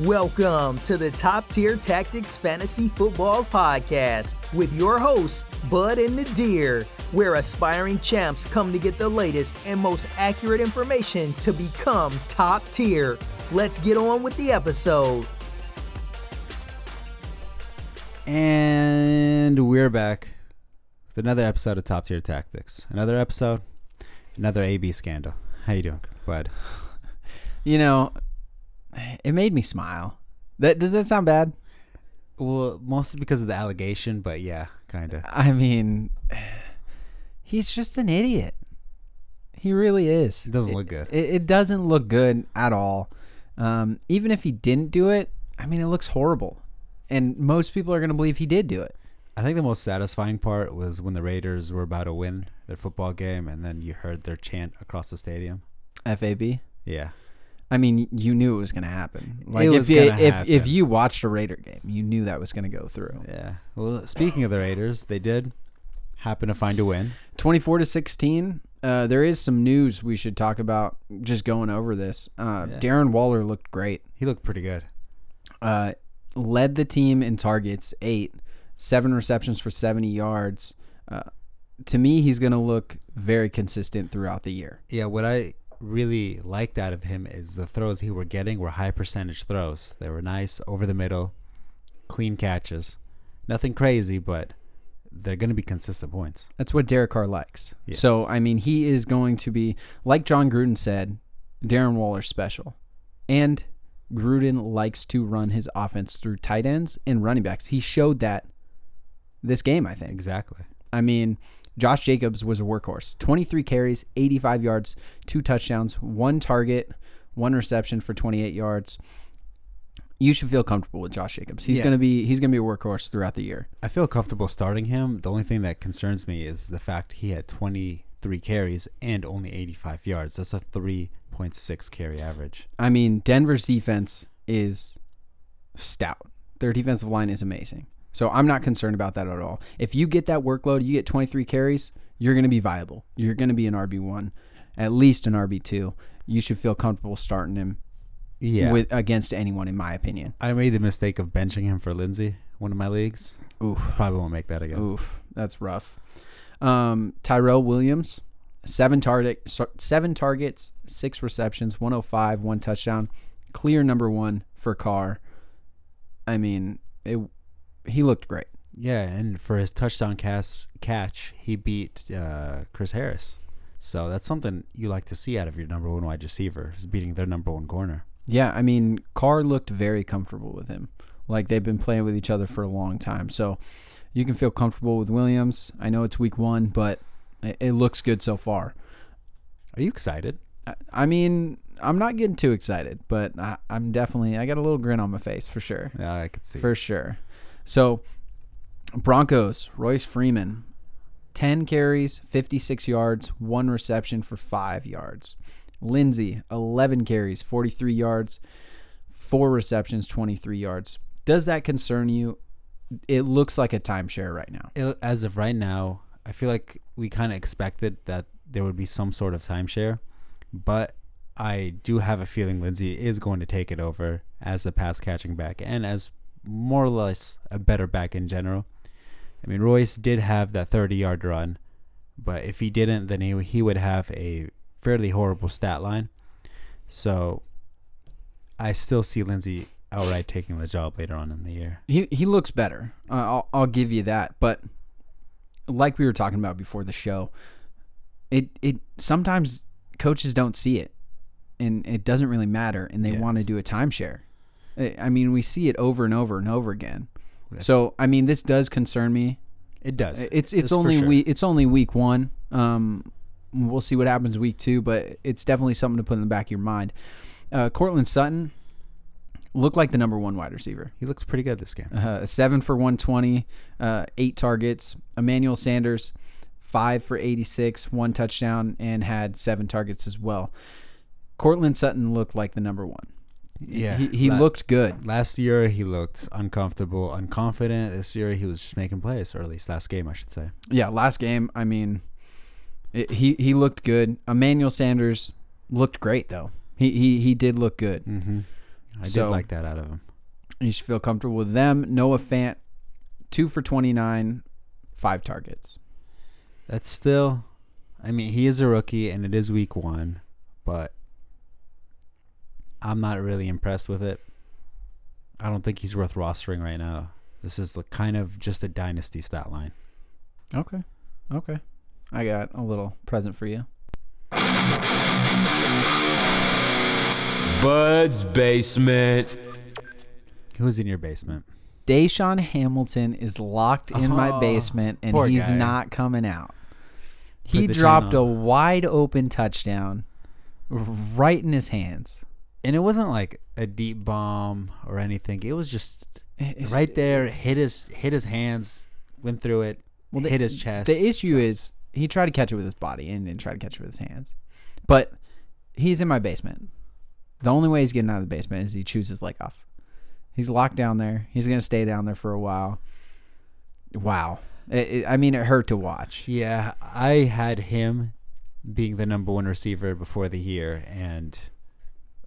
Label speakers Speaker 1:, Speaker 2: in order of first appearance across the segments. Speaker 1: Welcome to the Top Tier Tactics Fantasy Football Podcast with your hosts, Bud and Nadir, where aspiring champs come to get the latest and most accurate information to become top tier. Let's get on with the episode.
Speaker 2: And we're back with another episode of Top Tier Tactics. Another episode, another AB scandal. How you doing, bud?
Speaker 3: You know, it made me smile. That does that sound bad?
Speaker 2: Well, mostly because of the allegation, but yeah, kind of.
Speaker 3: I mean, he's just an idiot. He really is.
Speaker 2: It doesn't look good.
Speaker 3: It, it doesn't look good at all. Um, even if he didn't do it, I mean, it looks horrible, and most people are going to believe he did do it.
Speaker 2: I think the most satisfying part was when the Raiders were about to win their football game, and then you heard their chant across the stadium.
Speaker 3: Fab.
Speaker 2: Yeah,
Speaker 3: I mean, you knew it was going to happen. Like
Speaker 2: was
Speaker 3: if you,
Speaker 2: gonna
Speaker 3: if if
Speaker 2: happen.
Speaker 3: you watched a Raider game, you knew that was going to go through.
Speaker 2: yeah. Well, speaking of the Raiders, they did happen to find a win.
Speaker 3: 24 to 16 uh, there is some news we should talk about just going over this uh, darren waller looked great
Speaker 2: He looked pretty good.
Speaker 3: uh, led the team in targets eight seven receptions for 70 yards uh, to me he's going to look very consistent throughout the year
Speaker 2: Yeah, what I really liked out of him is the throws he were getting were high percentage throws. They were nice, over the middle, clean catches. Nothing crazy, but they're going to be consistent points.
Speaker 3: that's what derek carr likes
Speaker 2: Yes.
Speaker 3: so i mean he is going to be like john gruden said darren waller's special and gruden likes to run his offense through tight ends and running backs he showed that this game i think
Speaker 2: Exactly.
Speaker 3: I mean, Josh Jacobs was a workhorse. 23 carries, 85 yards, two touchdowns, one target, one reception for 28 yards. You should feel comfortable with Josh Jacobs. He's
Speaker 2: Yeah.
Speaker 3: gonna be he's gonna be a workhorse throughout the year.
Speaker 2: I feel comfortable starting him. The only thing that concerns me is the fact he had 23 carries and only 85 yards. That's a 3.6 carry average.
Speaker 3: I mean, Denver's defense is stout. Their defensive line is amazing. So I'm not concerned about that at all. If you get that workload, you get 23 carries, you're going to be viable. You're going to be an RB1, at least an RB2. You should feel comfortable starting him
Speaker 2: Yeah.
Speaker 3: with against anyone in my opinion.
Speaker 2: I made the mistake of benching him for Lindsey, one of my leagues.
Speaker 3: Oof.
Speaker 2: Probably won't make that again.
Speaker 3: Oof, that's rough. Um, Tyrell Williams, seven target, so- seven targets, six receptions, 105, one touchdown, clear number one for Carr. I mean, it, he looked great.
Speaker 2: Yeah, and for his touchdown cast, catch, he beat uh, Chris Harris. So that's something you like to see out of your number one wide receiver, is beating their number one corner.
Speaker 3: Yeah, I mean, Carr looked very comfortable with him. Like they've been playing with each other for a long time, so you can feel comfortable with Williams. I know it's week one, but it, it looks good so far.
Speaker 2: Are you excited?
Speaker 3: I- I mean, I'm not getting too excited, but I, I'm definitely I got a little grin on my face for sure,
Speaker 2: Yeah, I could see.
Speaker 3: for sure. So, Broncos, Royce Freeman, ten carries, 56 yards, one reception for five yards. Lindsey, 11 carries, 43 yards, four receptions, 23 yards. Does that concern you? It looks like a timeshare right now.
Speaker 2: It- As of right now, I feel like we kind of expected that there would be some sort of timeshare, but I do have a feeling Lindsey is going to take it over as the pass catching back and as more or less a better back in general. I mean, Royce did have that 30 yard run, but if he didn't, then he, he would have a fairly horrible stat line. So I still see Lindsey outright taking the job later on in the year.
Speaker 3: He he looks better. Uh, I'll I'll give you that. But like we were talking about before the show, it it sometimes coaches don't see it, and it doesn't really matter, and they
Speaker 2: Yes.
Speaker 3: want to do a timeshare. I I mean, we see it over and over and over again. So I mean, this does concern me.
Speaker 2: It does.
Speaker 3: It's
Speaker 2: That's
Speaker 3: it's
Speaker 2: for
Speaker 3: only
Speaker 2: sure.
Speaker 3: week it's only week one. Um, we'll see what happens week two, but it's definitely something to put in the back of your mind. Uh, Cortland Sutton looked like the number one wide receiver
Speaker 2: He looks pretty good this game.
Speaker 3: uh, seven for 120, uh, eight targets. Emmanuel Sanders, five for 86, one touchdown, and had seven targets as well. Cortland Sutton looked like the number one.
Speaker 2: Yeah,
Speaker 3: He, he
Speaker 2: la-
Speaker 3: looked good.
Speaker 2: Last year he looked uncomfortable, unconfident. This year he was just making plays, or at least last game I should say.
Speaker 3: Yeah, last game, I mean, it, he, he looked good. Emmanuel Sanders looked great, though. He, he, he did look good.
Speaker 2: Mm-hmm. I
Speaker 3: So-
Speaker 2: did like that out of him.
Speaker 3: You should feel comfortable with them. Noah Fant, two for 29, five targets.
Speaker 2: That's still, I mean, he is a rookie and it is week one, but I'm not really impressed with it. I don't think he's worth rostering right now. This is the kind of just a dynasty stat line.
Speaker 3: Okay. Okay. I got a little present for you.
Speaker 4: Bud's Basement.
Speaker 2: Who's in your basement?
Speaker 3: Deshaun Hamilton is locked in my
Speaker 2: Oh,
Speaker 3: basement and
Speaker 2: poor
Speaker 3: he's
Speaker 2: guy.
Speaker 3: not coming out. He
Speaker 2: the chain
Speaker 3: dropped a
Speaker 2: on.
Speaker 3: wide open touchdown right in his hands.
Speaker 2: And it wasn't like a deep bomb or anything. It was just
Speaker 3: It's-
Speaker 2: right there. Hit his hit his hands. Went through it. hit his chest.
Speaker 3: The issue is he tried to catch it with his body and didn't try to catch it with his hands. But he's in my basement. The only way he's getting out of the basement is he chews his leg off. He's locked down there. He's going to stay down there for a while. Wow. It, it- I mean, it hurt to watch.
Speaker 2: Yeah, I had him being the number one receiver before the year, and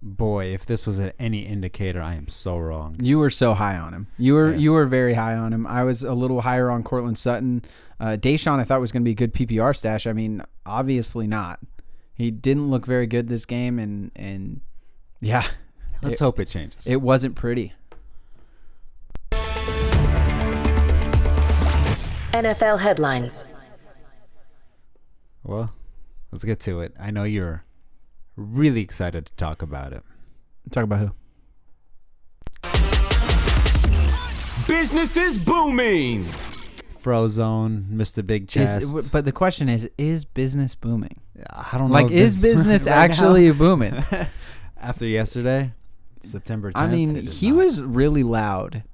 Speaker 2: boy, if this was at any indicator, I am so wrong.
Speaker 3: You were so high on him. You were you
Speaker 2: Yes.
Speaker 3: were very high on him. I was a little higher on Cortland Sutton. Uh, Deshaun, I thought was going to be a good PPR stash. I mean, obviously not. He didn't look very good this game, and and yeah,
Speaker 2: Let's hope it changes.
Speaker 3: It wasn't pretty.
Speaker 5: NFL headlines.
Speaker 2: well, let's get to it. I know you're really excited to talk about it.
Speaker 3: Talk about who?
Speaker 4: Business is booming.
Speaker 2: Frozone, Mr. Big Chest.
Speaker 3: Is, but the question is, is business booming?
Speaker 2: I don't know.
Speaker 3: Like,
Speaker 2: if
Speaker 3: is
Speaker 2: this-
Speaker 3: business
Speaker 2: right now,
Speaker 3: actually booming?
Speaker 2: after yesterday, September 10th?
Speaker 3: I mean,
Speaker 2: it is
Speaker 3: he
Speaker 2: not.
Speaker 3: was really loud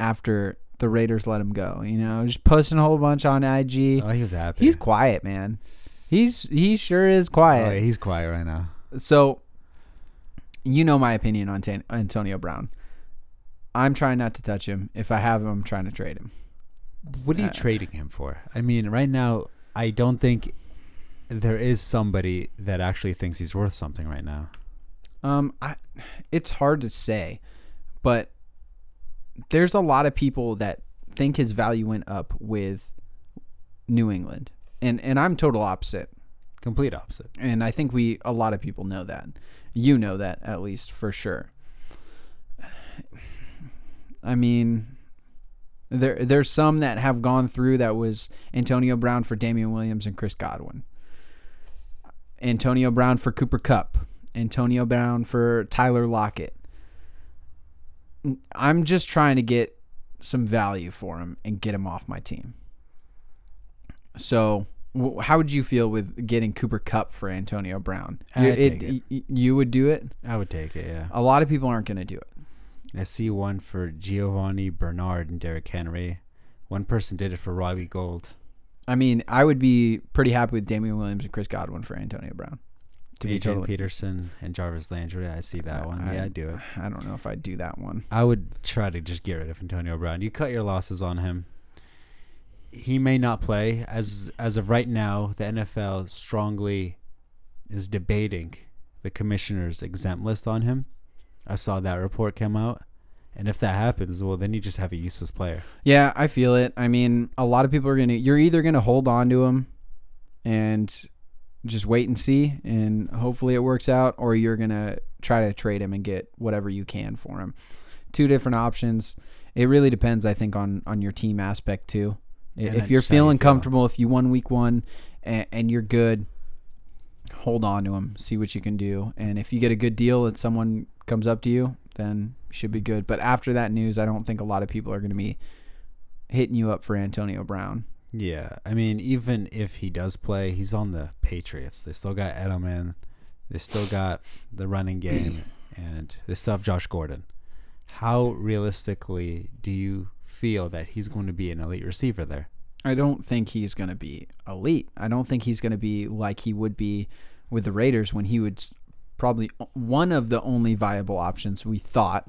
Speaker 3: after the Raiders let him go. You know, just posting a whole bunch on IG.
Speaker 2: Oh, he was happy.
Speaker 3: He's quiet, man. He's he sure is quiet.
Speaker 2: Oh, yeah, he's quiet right now.
Speaker 3: So, you know my opinion on Tan- Antonio Brown. I'm trying not to touch him. If I have him, I'm trying to trade him.
Speaker 2: What are you
Speaker 3: Uh,
Speaker 2: trading him for? I mean, right now, I don't think there is somebody that actually thinks he's worth something right now.
Speaker 3: Um, I, it's hard to say, but there's a lot of people that think his value went up with New England, and and I'm total opposite,
Speaker 2: Complete opposite.
Speaker 3: and I think we a lot of people know that, you know that at least for sure. I mean, there there's some that have gone through that was Antonio Brown for Damian Williams and Chris Godwin. Antonio Brown for Cooper Cup, Antonio Brown for Tyler Lockett. I'm just trying to get some value for him and get him off my team. So, wh- how would you feel with getting Cooper Cup for Antonio Brown?
Speaker 2: I'd
Speaker 3: You-
Speaker 2: take
Speaker 3: y-
Speaker 2: it.
Speaker 3: y- you would do it.
Speaker 2: I would take it, yeah.
Speaker 3: A lot of people aren't going to do it. Uh,
Speaker 2: I see one for Giovanni Bernard and Derrick Henry. One person did it for Robbie Gold.
Speaker 3: I mean, I would be pretty happy with Damian Williams and Chris Godwin for Antonio Brown. To
Speaker 2: Adrian
Speaker 3: be totally,
Speaker 2: Peterson and Jarvis Landry. I see that one. yeah, I do it.
Speaker 3: I don't know if I'd do that one.
Speaker 2: I would try to just get rid of Antonio Brown. You cut your losses on him. He may not play as as of right now. The NFL strongly is debating the commissioner's exempt list on him. I saw that report come out, and if that happens, well, then you just have a useless player.
Speaker 3: Yeah, I feel it. I mean, a lot of people are gonna. You're either gonna hold on to him, and just wait and see, and hopefully it works out, or you're gonna try to trade him and get whatever you can for him. Two different options. It really depends, I think, on on your team aspect too. I-
Speaker 2: And
Speaker 3: if
Speaker 2: then
Speaker 3: you're
Speaker 2: just how you
Speaker 3: feeling
Speaker 2: feel.
Speaker 3: comfortable, if you won week one, and, and you're good, hold on to him. See what you can do, and if you get a good deal and someone comes up to you, then should be good. But after that news, I don't think a lot of people are gonna be hitting you up for Antonio Brown.
Speaker 2: Yeah, I mean, even if he does play, he's on the Patriots. They still got Edelman. They still got the running game, and they still have Josh Gordon. How realistically do you feel that he's going to be an elite receiver there?
Speaker 3: I don't think he's going to be elite. I don't think he's going to be like he would be with the Raiders when he would s- probably o- one of the only viable options we thought.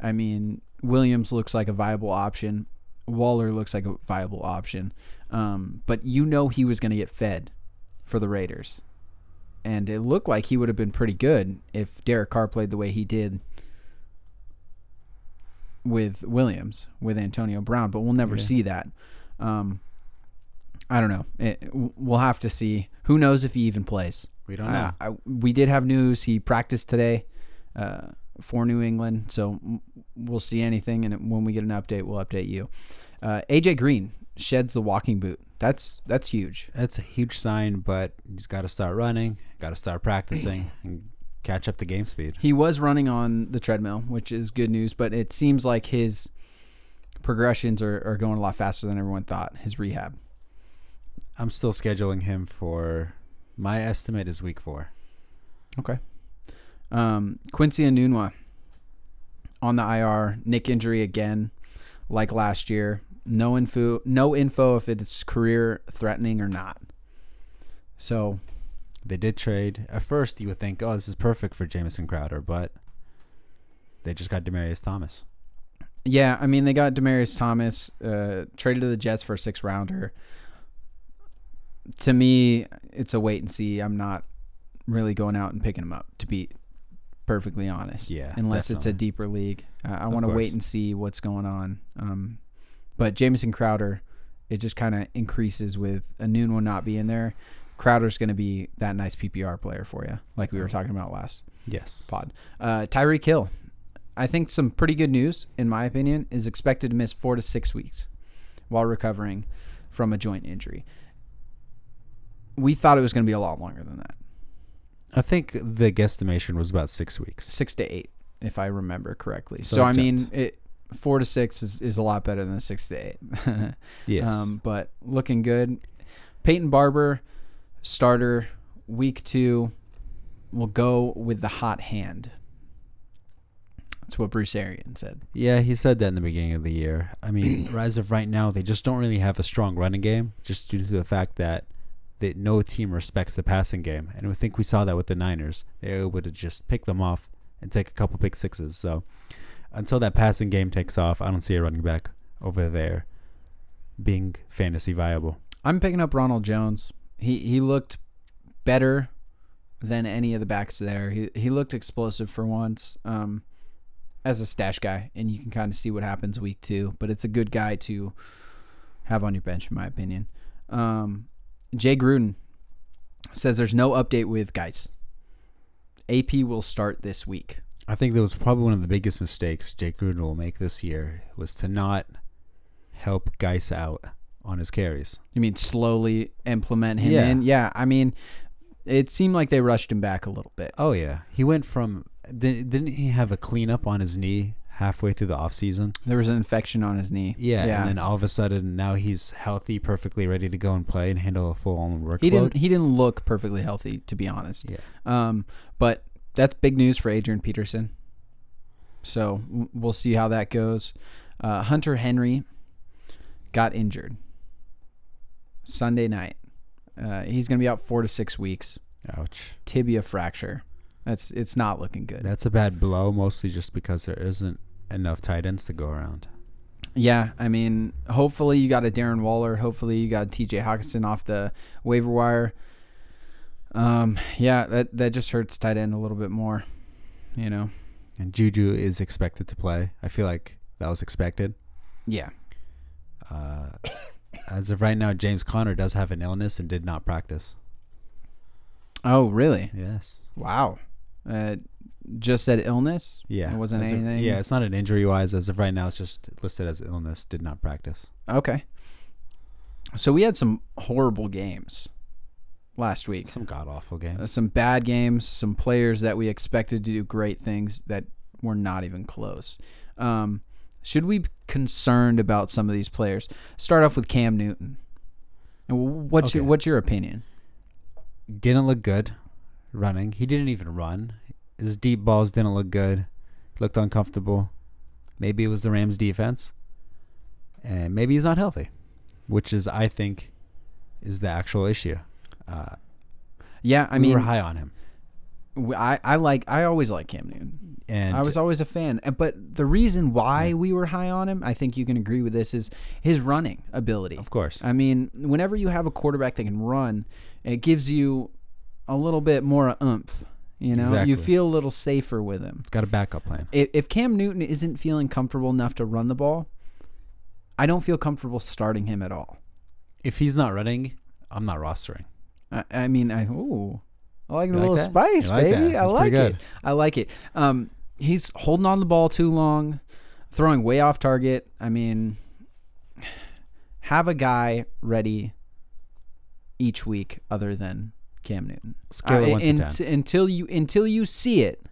Speaker 3: I mean, Williams looks like a viable option. Waller looks like a viable option. Um, but you know he was going to get fed for the Raiders. And it looked like he would have been pretty good if Derek Carr played the way he did with Williams with Antonio Brown, but we'll never see that. Um, I don't know. It, we'll have to see. Who knows if he even plays? Uh,
Speaker 2: We don't know.
Speaker 3: I, I, we did have news. He practiced today uh, for New England, so m- we'll see anything. And when we get an update, we'll update you. Uh, AJ Green sheds the walking boot. That's that's huge.
Speaker 2: That's a huge sign, but he's got to start running, got to start practicing, and catch up the game speed.
Speaker 3: He was running on the treadmill, which is good news, but it seems like his progressions are, are going a lot faster than everyone thought. His rehab.
Speaker 2: I'm still scheduling him for my estimate is week four.
Speaker 3: Okay. Um, Quincy and Nunwa on the IR. Nick injury again, like last year. No info. No info if it's career threatening or not. So
Speaker 2: They did trade. At first, you would think, oh, this is perfect for Jamison Crowder, but they just got Demarius Thomas.
Speaker 3: yeah, I mean they got Demarius Thomas uh, traded to the Jets for a six rounder. To me, it's a wait and see. I'm not really going out and picking him up. To be perfectly honest,
Speaker 2: Yeah,
Speaker 3: Unless it's a
Speaker 2: definitely.
Speaker 3: deeper league, uh, I want to
Speaker 2: course.
Speaker 3: wait and see what's going on. Um, but Jamison Crowder, it just kind of increases with a noon will not be in there. Crowder's going to be that nice PPR player for you, like we were
Speaker 2: Uh-huh.
Speaker 3: talking about last
Speaker 2: Yes.
Speaker 3: pod. Uh, Tyreek Hill, I think some pretty good news, in my opinion, is expected to miss four to six weeks while recovering from a joint injury. We thought it was going to be a lot longer than that,
Speaker 2: I think the guesstimation was about six weeks.
Speaker 3: six to eight, if I remember correctly. So,
Speaker 2: So
Speaker 3: I
Speaker 2: it
Speaker 3: mean,
Speaker 2: jumped.
Speaker 3: it four to six is, is a lot better than six to eight.
Speaker 2: Yes.
Speaker 3: Um, but looking good. Peyton Barber, starter, week two, will go with the hot hand. That's what Bruce Arian said.
Speaker 2: yeah, he said that in the beginning of the year. I mean, as of right now, they just don't really have a strong running game, just due to the fact that that no team respects the passing game, and I think we saw that with the Niners. They were able to just pick them off and take a couple pick sixes. So until that passing game takes off, I don't see a running back over there being fantasy viable.
Speaker 3: I'm picking up Ronald Jones. He he looked better than any of the backs there. He he looked explosive for once. Um as a stash guy, and you can kind of see what happens week two, but it's a good guy to have on your bench, in my opinion. Um, Jay Gruden says there's no update with guys. AP will start this week.
Speaker 2: I think that was probably one of the biggest mistakes Jake Gruden will make this year was to not help Geis out on his carries.
Speaker 3: You mean slowly implement him
Speaker 2: Yeah.
Speaker 3: in? Yeah, I mean, it seemed like they rushed him back a little bit.
Speaker 2: Oh yeah, he went from didn't, didn't he have a cleanup on his knee halfway through the offseason?
Speaker 3: There was an infection on his knee.
Speaker 2: Yeah, and then all of a sudden now he's healthy, perfectly ready to go and play and handle a full on workload.
Speaker 3: He didn't. He didn't look perfectly healthy, to be honest.
Speaker 2: Yeah.
Speaker 3: Um, but that's big news for Adrian Peterson. So w- we'll see how that goes. Uh, Hunter Henry got injured Sunday night. Uh, he's going to be out four to six weeks.
Speaker 2: Ouch.
Speaker 3: Tibia fracture. That's it's not looking good.
Speaker 2: That's a bad blow, mostly just because there isn't enough tight ends to go around.
Speaker 3: Yeah, I mean, hopefully you got a Darren Waller. Hopefully you got T.J. Hawkinson off the waiver wire. Um, yeah, that that just hurts tight end a little bit more, you know.
Speaker 2: And Juju is expected to play. I feel like that was expected.
Speaker 3: Yeah,
Speaker 2: As of right now, James Conner does have an illness and did not practice.
Speaker 3: Oh, really?
Speaker 2: Yes.
Speaker 3: Wow. Uh, just said illness.
Speaker 2: Yeah.
Speaker 3: it wasn't
Speaker 2: As of-
Speaker 3: anything.
Speaker 2: yeah, it's not an injury wise. As of right now, it's just listed as illness, did not practice.
Speaker 3: Okay. So we had some horrible games last week.
Speaker 2: Some god awful game.
Speaker 3: Uh, some bad games, some players that we expected to do great things that were not even close. Um, should we be concerned about some of these players? Start off with Cam Newton. And wh- what's your
Speaker 2: Okay.
Speaker 3: what's your opinion?
Speaker 2: didn't look good running. He didn't even run. His deep balls didn't look good. Looked uncomfortable. Maybe it was the Rams defense. And maybe he's not healthy, which is I think is the actual issue.
Speaker 3: Yeah, I
Speaker 2: we
Speaker 3: mean,
Speaker 2: were high on him.
Speaker 3: w- I I like I always like Cam Newton.
Speaker 2: And
Speaker 3: I was always a fan, Uh, but the reason why we were high on him, I think you can agree with this, is his running ability.
Speaker 2: of course.
Speaker 3: I mean, whenever you have a quarterback that can run, it gives you a little bit more oomph You know,
Speaker 2: Exactly.
Speaker 3: you feel a little safer with him.
Speaker 2: Got a backup plan.
Speaker 3: If, if Cam Newton isn't feeling comfortable enough to run the ball, I don't feel comfortable starting him at all.
Speaker 2: If he's not running, I'm not rostering.
Speaker 3: I, I mean, I ooh, I like the
Speaker 2: You like
Speaker 3: little
Speaker 2: that?
Speaker 3: spice,
Speaker 2: You like that?
Speaker 3: baby. I
Speaker 2: That's
Speaker 3: like
Speaker 2: pretty
Speaker 3: it.
Speaker 2: good.
Speaker 3: I like it. Um, he's holding on the ball too long, throwing way off target. I mean, have a guy ready each week other than Cam Newton.
Speaker 2: Scale it
Speaker 3: I-
Speaker 2: one to
Speaker 3: un-
Speaker 2: ten. Mm-hmm.
Speaker 3: until you until you see it.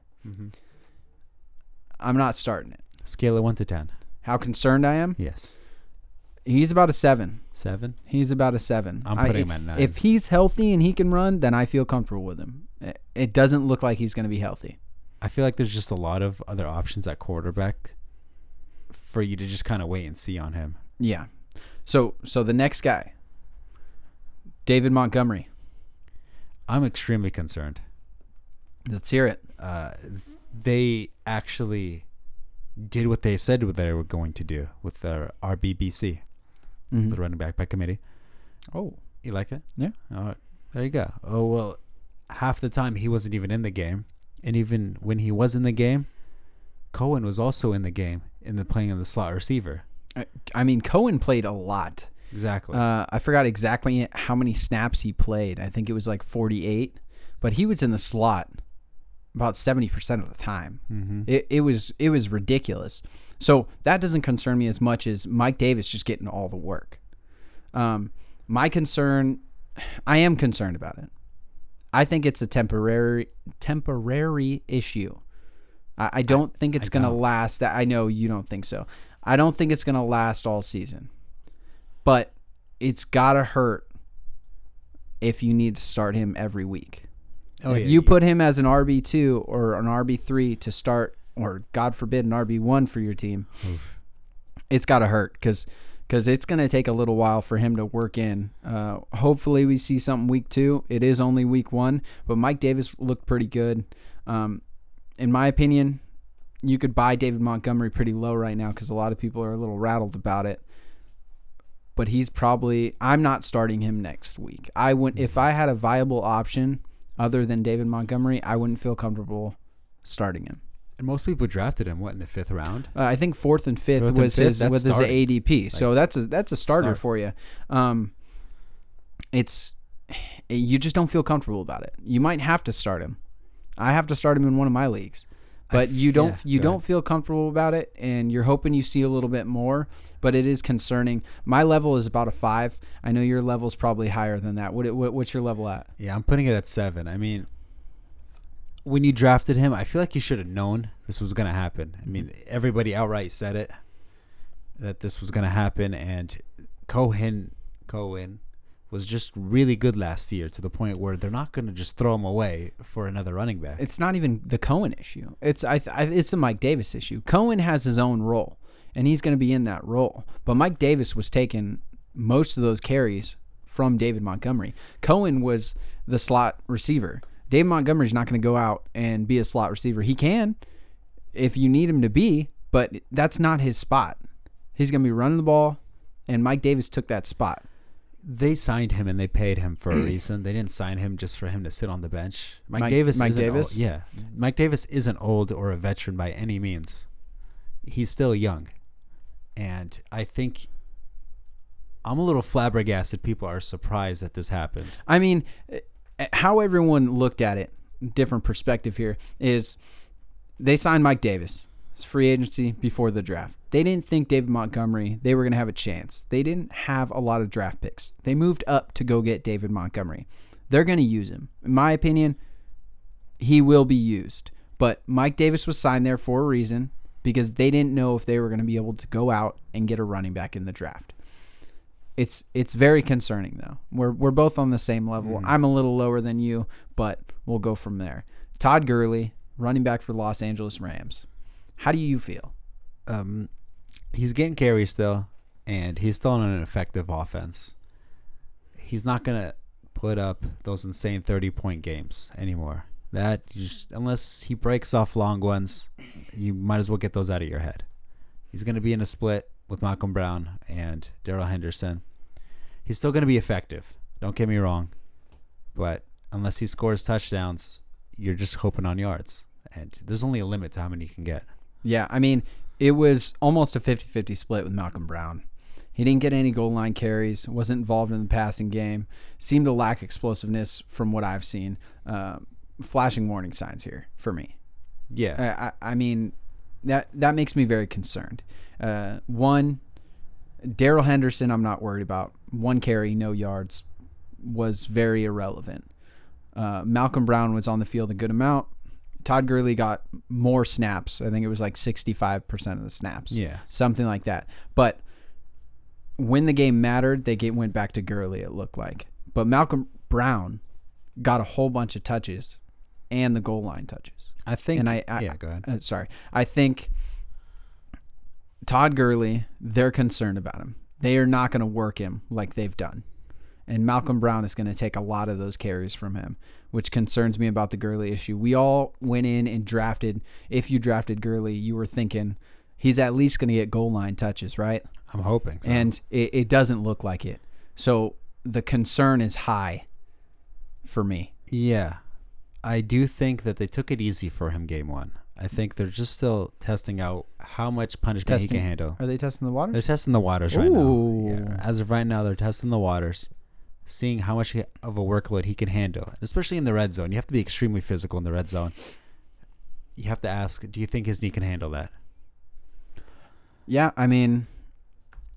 Speaker 3: I'm not starting it.
Speaker 2: Scale it one to ten.
Speaker 3: How concerned I am.
Speaker 2: Yes.
Speaker 3: He's about a seven.
Speaker 2: Seven.
Speaker 3: He's about a seven.
Speaker 2: I'm
Speaker 3: I-
Speaker 2: putting him at nine.
Speaker 3: If he's healthy and he can run, then I feel comfortable with him. It- It doesn't look like he's going to be healthy.
Speaker 2: I feel like there's just a lot of other options at quarterback for you to just kind of wait and see on him.
Speaker 3: Yeah. So so the next guy, David Montgomery.
Speaker 2: I'm extremely concerned.
Speaker 3: Let's hear it.
Speaker 2: They actually did what they said what they were going to do with their RBBC, the running back by committee.
Speaker 3: Oh
Speaker 2: You like it?
Speaker 3: yeah.
Speaker 2: All right. There you go. Oh, well, half the time he wasn't even in the game. And even when he was in the game, Cohen was also in the game in the playing of the slot receiver.
Speaker 3: I, I mean Cohen played a lot.
Speaker 2: Exactly.
Speaker 3: Uh, I forgot exactly how many snaps he played. I think it was like 48, but he was in the slot about 70% of the time. It, it was it was ridiculous. So that doesn't concern me as much as Mike Davis just getting all the work. Um, my concern, I am concerned about it. I think it's a temporary temporary issue. I, I don't think it's going to
Speaker 2: don't.
Speaker 3: last. That I know you don't think so. I don't think it's going to last all season, but it's gotta hurt if you need to start him every week.
Speaker 2: oh,
Speaker 3: if you put him as an RB two or an RB three to start, or God forbid, an RB one for your team, it's gotta hurt because it's gonna take a little while for him to work in. Uh, hopefully, we see something week two. It is only week one, but Mike Davis looked pretty good. Um, in my opinion, you could buy David Montgomery pretty low right now because a lot of people are a little rattled about it. But he's probably I'm not starting him next week. I would if I had a viable option other than David Montgomery, I wouldn't feel comfortable starting him.
Speaker 2: and most people drafted him, what, in the fifth round?
Speaker 3: Uh, I think fourth and fifth
Speaker 2: Fourth and
Speaker 3: was
Speaker 2: fifth,
Speaker 3: his
Speaker 2: that's
Speaker 3: was his
Speaker 2: starting.
Speaker 3: ADP. so that's a that's a starter
Speaker 2: start.
Speaker 3: for you. Um, it's you just don't feel comfortable about it. You might have to start him. I have to start him in one of my leagues, but you don't
Speaker 2: yeah,
Speaker 3: you
Speaker 2: go
Speaker 3: don't
Speaker 2: ahead.
Speaker 3: feel comfortable about it, and you're hoping you see a little bit more. But it is concerning. My level is about a five. I know your level's probably higher than that. What, what what's your level at?
Speaker 2: Yeah, I'm putting it at seven. I mean, when you drafted him, I feel like you should have known this was going to happen. I mean, everybody outright said it that this was going to happen, and Cohen Cohen was just really good last year to the point where they're not going to just throw him away for another running back.
Speaker 3: it's not even the Cohen issue. It's I, th- I it's the Mike Davis issue. Cohen has his own role, and he's going to be in that role. But Mike Davis was taking most of those carries from David Montgomery. Cohen was the slot receiver. David Montgomery's not going to go out and be a slot receiver. He can if you need him to be, but that's not his spot. He's going to be running the ball, and Mike Davis took that spot.
Speaker 2: they signed him and they paid him for a reason. They didn't sign him just for him to sit on the bench. Mike,
Speaker 3: Mike-
Speaker 2: Davis
Speaker 3: Mike
Speaker 2: isn't
Speaker 3: Davis?
Speaker 2: old. Yeah. Mike Davis isn't old or a veteran by any means. He's still young. And I think I'm a little flabbergasted people are surprised that this happened.
Speaker 3: I mean, eh, how everyone looked at it, different perspective here, is they signed Mike Davis. It's free agency before the draft. They didn't think David Montgomery, they were going to have a chance. They didn't have a lot of draft picks. They moved up to go get David Montgomery. They're going to use him. In my opinion, he will be used. But Mike Davis was signed there for a reason because they didn't know if they were going to be able to go out and get a running back in the draft it's it's very concerning though. We're we're both on the same level. I'm a little lower than you, but we'll go from there. Todd Gurley, running back for the Los Angeles Rams. How do you feel?
Speaker 2: um, he's getting carries still, and he's still on an effective offense. He's not gonna put up those insane thirty-point games anymore. That you just, unless he breaks off long ones, you might as well get those out of your head. He's gonna be in a split with Malcolm Brown and Daryl Henderson. He's still gonna be effective. Don't get me wrong, but unless he scores touchdowns, you're just hoping on yards, and there's only a limit to how many you can get.
Speaker 3: Yeah, I mean, it was almost a 50-50 split with Malcolm Brown. He didn't get any goal line carries, wasn't involved in the passing game, seemed to lack explosiveness from what I've seen. Uh, flashing warning signs here for me.
Speaker 2: Yeah,
Speaker 3: I, I, I mean, that that makes me very concerned. Uh, one, Daryl Henderson, I'm not worried about. One carry, no yards, was very irrelevant. Uh, Malcolm Brown was on the field a good amount. Todd Gurley got more snaps. I think it was like 65% of the snaps.
Speaker 2: Yeah.
Speaker 3: Something like that. But when the game mattered, they get, went back to Gurley, it looked like. But Malcolm Brown got a whole bunch of touches and the goal line touches.
Speaker 2: I think.
Speaker 3: And I, I
Speaker 2: yeah, go ahead.
Speaker 3: uh, sorry, I think Todd Gurley, they're concerned about him. They are not going to work him like they've done, and Malcolm Brown is going to take a lot of those carries from him, which concerns me about the Gurley issue. We all went in and drafted. If you drafted Gurley, you were thinking he's at least going to get goal line touches, right?
Speaker 2: I'm hoping. So.
Speaker 3: and it, it doesn't look like it. So the concern is high for me.
Speaker 2: Yeah. I do think that they took it easy for him game one. I think they're just still testing out how much punishment he can handle.
Speaker 3: Are they testing the
Speaker 2: They're
Speaker 3: water?
Speaker 2: testing the waters right
Speaker 3: Ooh.
Speaker 2: now. Yeah. As of right now, they're testing the waters, seeing how much he- of a workload he can handle, especially in the red zone. You have to be extremely physical in the red zone. You have to ask, do you think his knee can handle that?
Speaker 3: Yeah, I mean,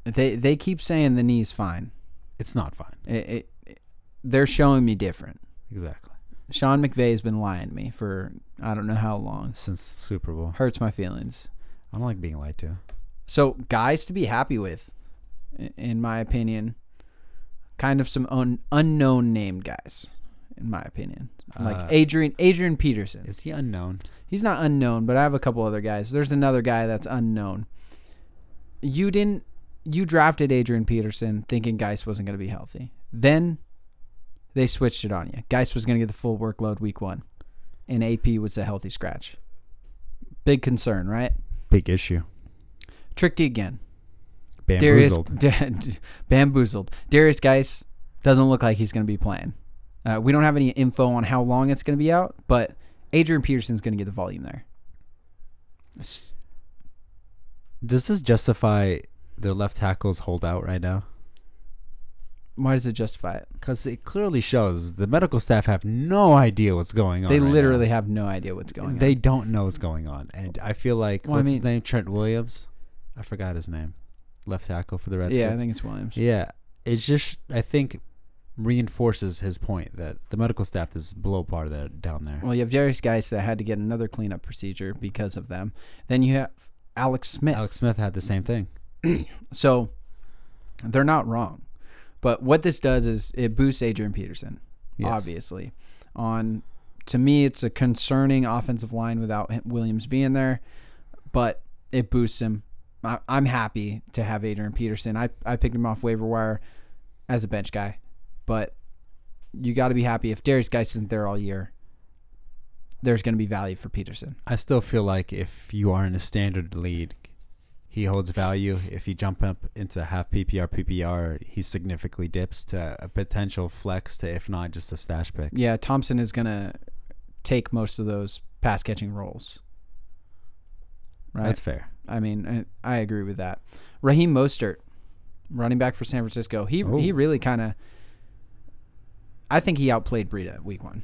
Speaker 3: they they keep saying the knee's fine.
Speaker 2: It's not fine.
Speaker 3: It, it, it- they're showing me different.
Speaker 2: Exactly.
Speaker 3: Sean McVay's been lying to me for I don't know how long.
Speaker 2: Since the Super Bowl,
Speaker 3: Hurts my feelings.
Speaker 2: I don't like being lied to.
Speaker 3: So guys to be happy with, i- in my opinion, kind of some un, unknown named guys, in my opinion, like
Speaker 2: Uh,
Speaker 3: Adrian Adrian Peterson.
Speaker 2: Is he unknown?
Speaker 3: He's not unknown, but I have a couple other guys. There's another guy that's unknown. You didn't you drafted Adrian Peterson thinking Geis wasn't going to be healthy. Then they switched it on you. Geis was going to get the full workload week 1 and AP was a healthy scratch. Big concern, right?
Speaker 2: Big issue.
Speaker 3: Tricked you again.
Speaker 2: Bamboozled.
Speaker 3: Darius bamboozled. Darius Geis doesn't look like he's going to be playing. Uh, we don't have any info on how long it's going to be out, but Adrian Peterson's going to get the volume there. S-
Speaker 2: Does this justify their left tackle's holdout right now?
Speaker 3: Why does it justify it?
Speaker 2: Because it clearly shows the medical staff have no idea what's going on.
Speaker 3: They
Speaker 2: right
Speaker 3: literally
Speaker 2: now.
Speaker 3: have no idea what's going
Speaker 2: They
Speaker 3: on.
Speaker 2: don't know what's going on, and I feel like
Speaker 3: Well, I
Speaker 2: what's his
Speaker 3: mean-
Speaker 2: name, Trent Williams. I forgot his name, left tackle for the Redskins.
Speaker 3: Yeah, I think it's Williams.
Speaker 2: Yeah, it's just I think reinforces his point that the medical staff is below par there down there.
Speaker 3: Well, you have Darius Geis that had to get another cleanup procedure because of them. Then you have Alex Smith.
Speaker 2: Alex Smith had the same thing.
Speaker 3: So they're not wrong. But what this does is it boosts Adrian Peterson,
Speaker 2: Yes.
Speaker 3: obviously. On to me, it's a concerning offensive line without him- Williams being there, but it boosts him. I, I'm happy to have Adrian Peterson. I, I picked him off waiver wire as a bench guy, but you got to be happy if Darius Geis isn't there all year. There's going to be value for Peterson.
Speaker 2: I still feel like if you are in a standard league, he holds value. If you jump up into half PPR, PPR, he significantly dips to a potential flex to, if not just a stash pick.
Speaker 3: Yeah, Thompson is going to take most of those pass catching roles. Right.
Speaker 2: That's fair.
Speaker 3: I mean, I, I agree with that. Raheem Mostert, running back for San Francisco, he
Speaker 2: Oh.
Speaker 3: he really kind of. I think he outplayed Breida week one.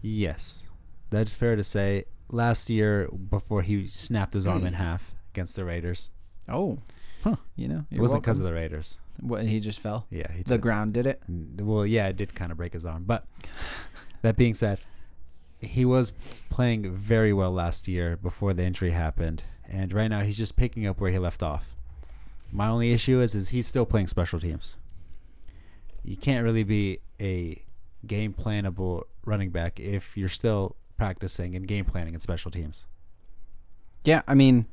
Speaker 2: Yes, that's fair to say. Last year, before he snapped his arm in half against the Raiders,
Speaker 3: Oh, huh? You know,
Speaker 2: it wasn't because of the Raiders.
Speaker 3: what he just fell.
Speaker 2: Yeah, he
Speaker 3: The
Speaker 2: did. Mm.
Speaker 3: ground did it.
Speaker 2: N- Well, yeah, it did kind of break his arm. But that being said, he was playing very well last year before the injury happened, and right now he's just picking up where he left off. My only issue is, is he's still playing special teams. You can't really be a game planable running back if you're still practicing and game planning in special teams.
Speaker 3: Yeah, I mean,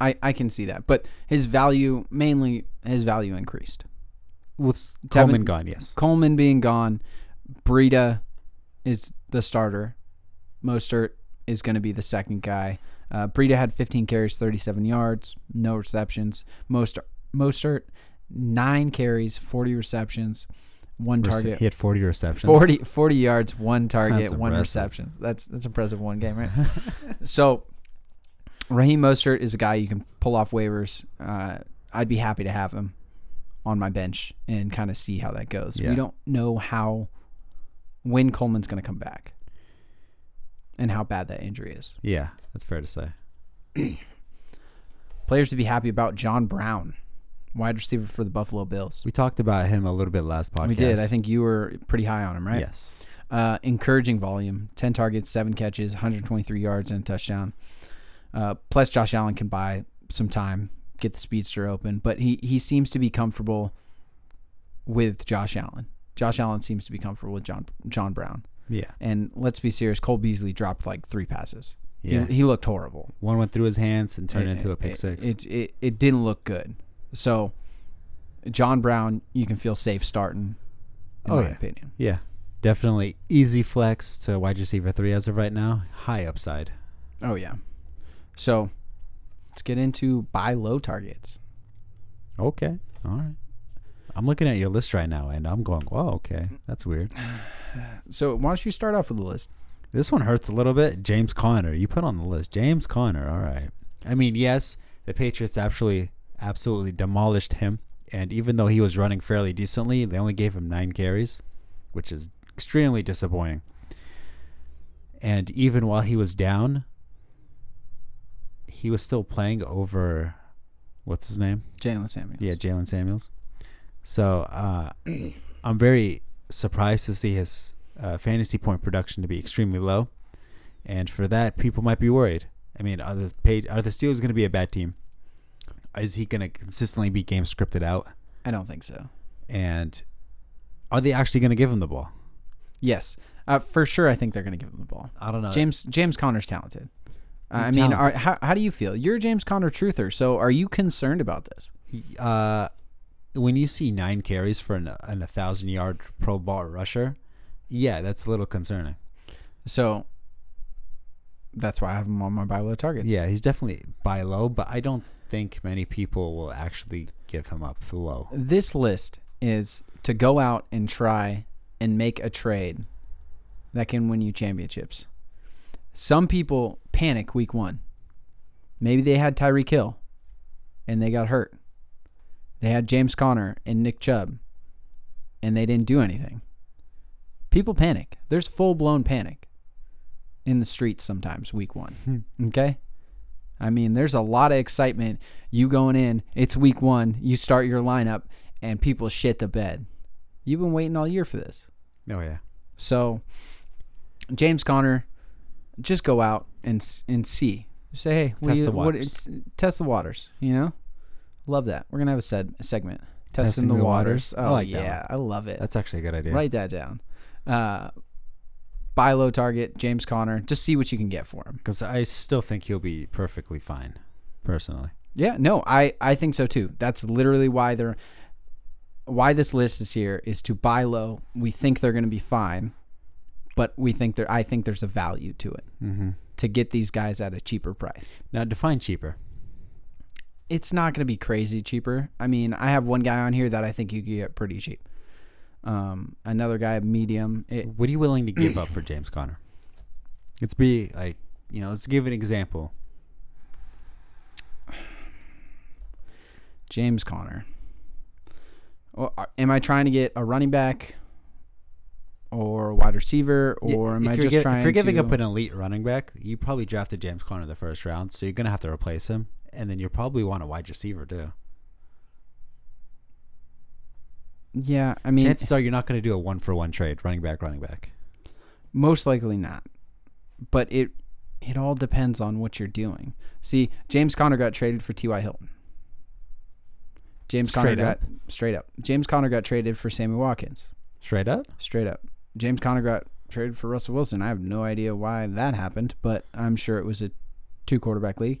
Speaker 3: I I can see that, but his value mainly his value increased.
Speaker 2: With
Speaker 3: Tevin-
Speaker 2: Coleman gone, yes,
Speaker 3: Coleman being gone, Breida is the starter. Mostert is going to be the second guy. Uh, Breida had 15 carries, 37 yards, no receptions. Mostert, Mostert, nine carries, 40 receptions. one
Speaker 2: Rece-
Speaker 3: target.
Speaker 2: He had 40 receptions.
Speaker 3: 40, 40 yards, one target,
Speaker 2: That's
Speaker 3: one
Speaker 2: impressive.
Speaker 3: reception. That's that's impressive. One game, right? so, Raheem Mostert is a guy you can pull off waivers. Uh, I'd be happy to have him on my bench and kind of see how that goes.
Speaker 2: Yeah.
Speaker 3: We don't know how when Coleman's going to come back and how bad that injury is.
Speaker 2: Yeah, that's fair to say.
Speaker 3: Players to be happy about: John Brown, wide receiver for the Buffalo Bills.
Speaker 2: We talked about him a little bit last podcast.
Speaker 3: We did. I think you were pretty high on him, right?
Speaker 2: Yes.
Speaker 3: Uh, encouraging volume 10 targets, 7 catches, 123 yards, and a touchdown. Uh, plus, Josh Allen can buy some time, get the speedster open, but he, he seems to be comfortable with Josh Allen. Josh Allen seems to be comfortable with John John Brown.
Speaker 2: Yeah.
Speaker 3: And let's be serious, Cole Beasley dropped like three passes. He-
Speaker 2: Yeah.
Speaker 3: He, looked horrible.
Speaker 2: One went through his hands and turned
Speaker 3: It-
Speaker 2: into a pick
Speaker 3: it-
Speaker 2: six.
Speaker 3: It, it, it didn't look good. So, John Brown, you can feel safe starting, in
Speaker 2: Oh,
Speaker 3: my
Speaker 2: yeah.
Speaker 3: opinion.
Speaker 2: yeah. Definitely easy flex to wide receiver three as of right now. High upside.
Speaker 3: Oh yeah. So let's get into buy low targets.
Speaker 2: Okay. All right. I'm looking at your list right now and I'm going, whoa, okay. That's weird.
Speaker 3: So why don't you start off with the list?
Speaker 2: This one hurts a little bit. James Conner. You put on the list. James Conner. All right. I mean, yes, the Patriots actually absolutely demolished him. And even though he was running fairly decently, they only gave him nine carries, which is extremely disappointing. And even while he was down, he was still playing over what's his name?
Speaker 3: Jalen Samuels.
Speaker 2: Yeah, Jalen Samuels. So uh, I'm very surprised to see his uh, fantasy point production to be extremely low, and for that, people might be worried. I mean, are the paid, are the Steelers going to be a bad team? Is he going to consistently be game scripted out?
Speaker 3: I don't think so.
Speaker 2: And are they actually going to give him the ball?
Speaker 3: Yes. Uh, for sure I think they're gonna give him the ball.
Speaker 2: I don't know.
Speaker 3: James James Conner's talented. Uh, I
Speaker 2: Uh, He's
Speaker 3: mean, are,
Speaker 2: talented.
Speaker 3: how, how do you feel? You're a James Conner truther, so are you concerned about this?
Speaker 2: uh, when you see nine carries for an, an a thousand yard pro ball rusher, yeah, that's a little concerning.
Speaker 3: So that's why I have him on my buy low targets.
Speaker 2: Yeah, he's definitely by low, but I don't think many people will actually give him up for low.
Speaker 3: This list is to go out and try and make a trade that can win you championships. Some people panic week one. Maybe they had Tyreek Hill and they got hurt. They had James Conner and Nick Chubb and they didn't do anything. People panic. There's full blown panic in the streets sometimes week one. okay? I mean, there's a lot of excitement. You going in, it's week one, you start your lineup, and people shit the bed. You've been waiting all year for this.
Speaker 2: Oh yeah,
Speaker 3: So, James Conner, just go out and s- and see. Say, hey, what
Speaker 2: Test
Speaker 3: do you,
Speaker 2: the
Speaker 3: what-
Speaker 2: waters.
Speaker 3: it's- test the waters. You know, love that. We're gonna have a sed- a segment testing,
Speaker 2: Testing
Speaker 3: the,
Speaker 2: the
Speaker 3: waters.
Speaker 2: waters. I
Speaker 3: Oh
Speaker 2: like that one.
Speaker 3: yeah, I love it.
Speaker 2: that's actually a good idea.
Speaker 3: Write that down. Uh, buy low target James Conner. Just see what you can get for him.
Speaker 2: because I still think he'll be perfectly fine, personally.
Speaker 3: Yeah, no, I I think so too. That's literally why they're why this list is here is to buy low. We think they're going to be fine, but we think there I think there's a value to it
Speaker 2: Mm-hmm.
Speaker 3: to get these guys at a cheaper price.
Speaker 2: Now define cheaper.
Speaker 3: It's not going to be crazy cheaper. I mean, I have one guy on here that I think you could get pretty cheap. Um, another guy medium. eh, It,
Speaker 2: What are you willing to give up for James Conner? Let's be like, you know, let's give an example.
Speaker 3: James Conner. Or, are- am I trying to get a running back or a wide receiver, or am
Speaker 2: if
Speaker 3: I
Speaker 2: you're
Speaker 3: just
Speaker 2: gi-
Speaker 3: trying?
Speaker 2: If you're giving
Speaker 3: to,
Speaker 2: up an elite running back, you probably drafted James Conner the first round, so you're gonna have to replace him, and then you probably want a wide receiver too.
Speaker 3: yeah, I mean,
Speaker 2: Chances are you're not gonna do a one for one trade, running back, running back.
Speaker 3: Most likely not. But it it all depends on what you're doing. See, James Conner got traded for T.Y. Hilton. James Conner
Speaker 2: Straight
Speaker 3: got
Speaker 2: up?
Speaker 3: straight up. James Conner got traded for Sammy Watkins.
Speaker 2: Straight up.
Speaker 3: Straight up. James Conner got traded for Russell Wilson. I have no idea why that happened, but I'm sure it was a two quarterback league.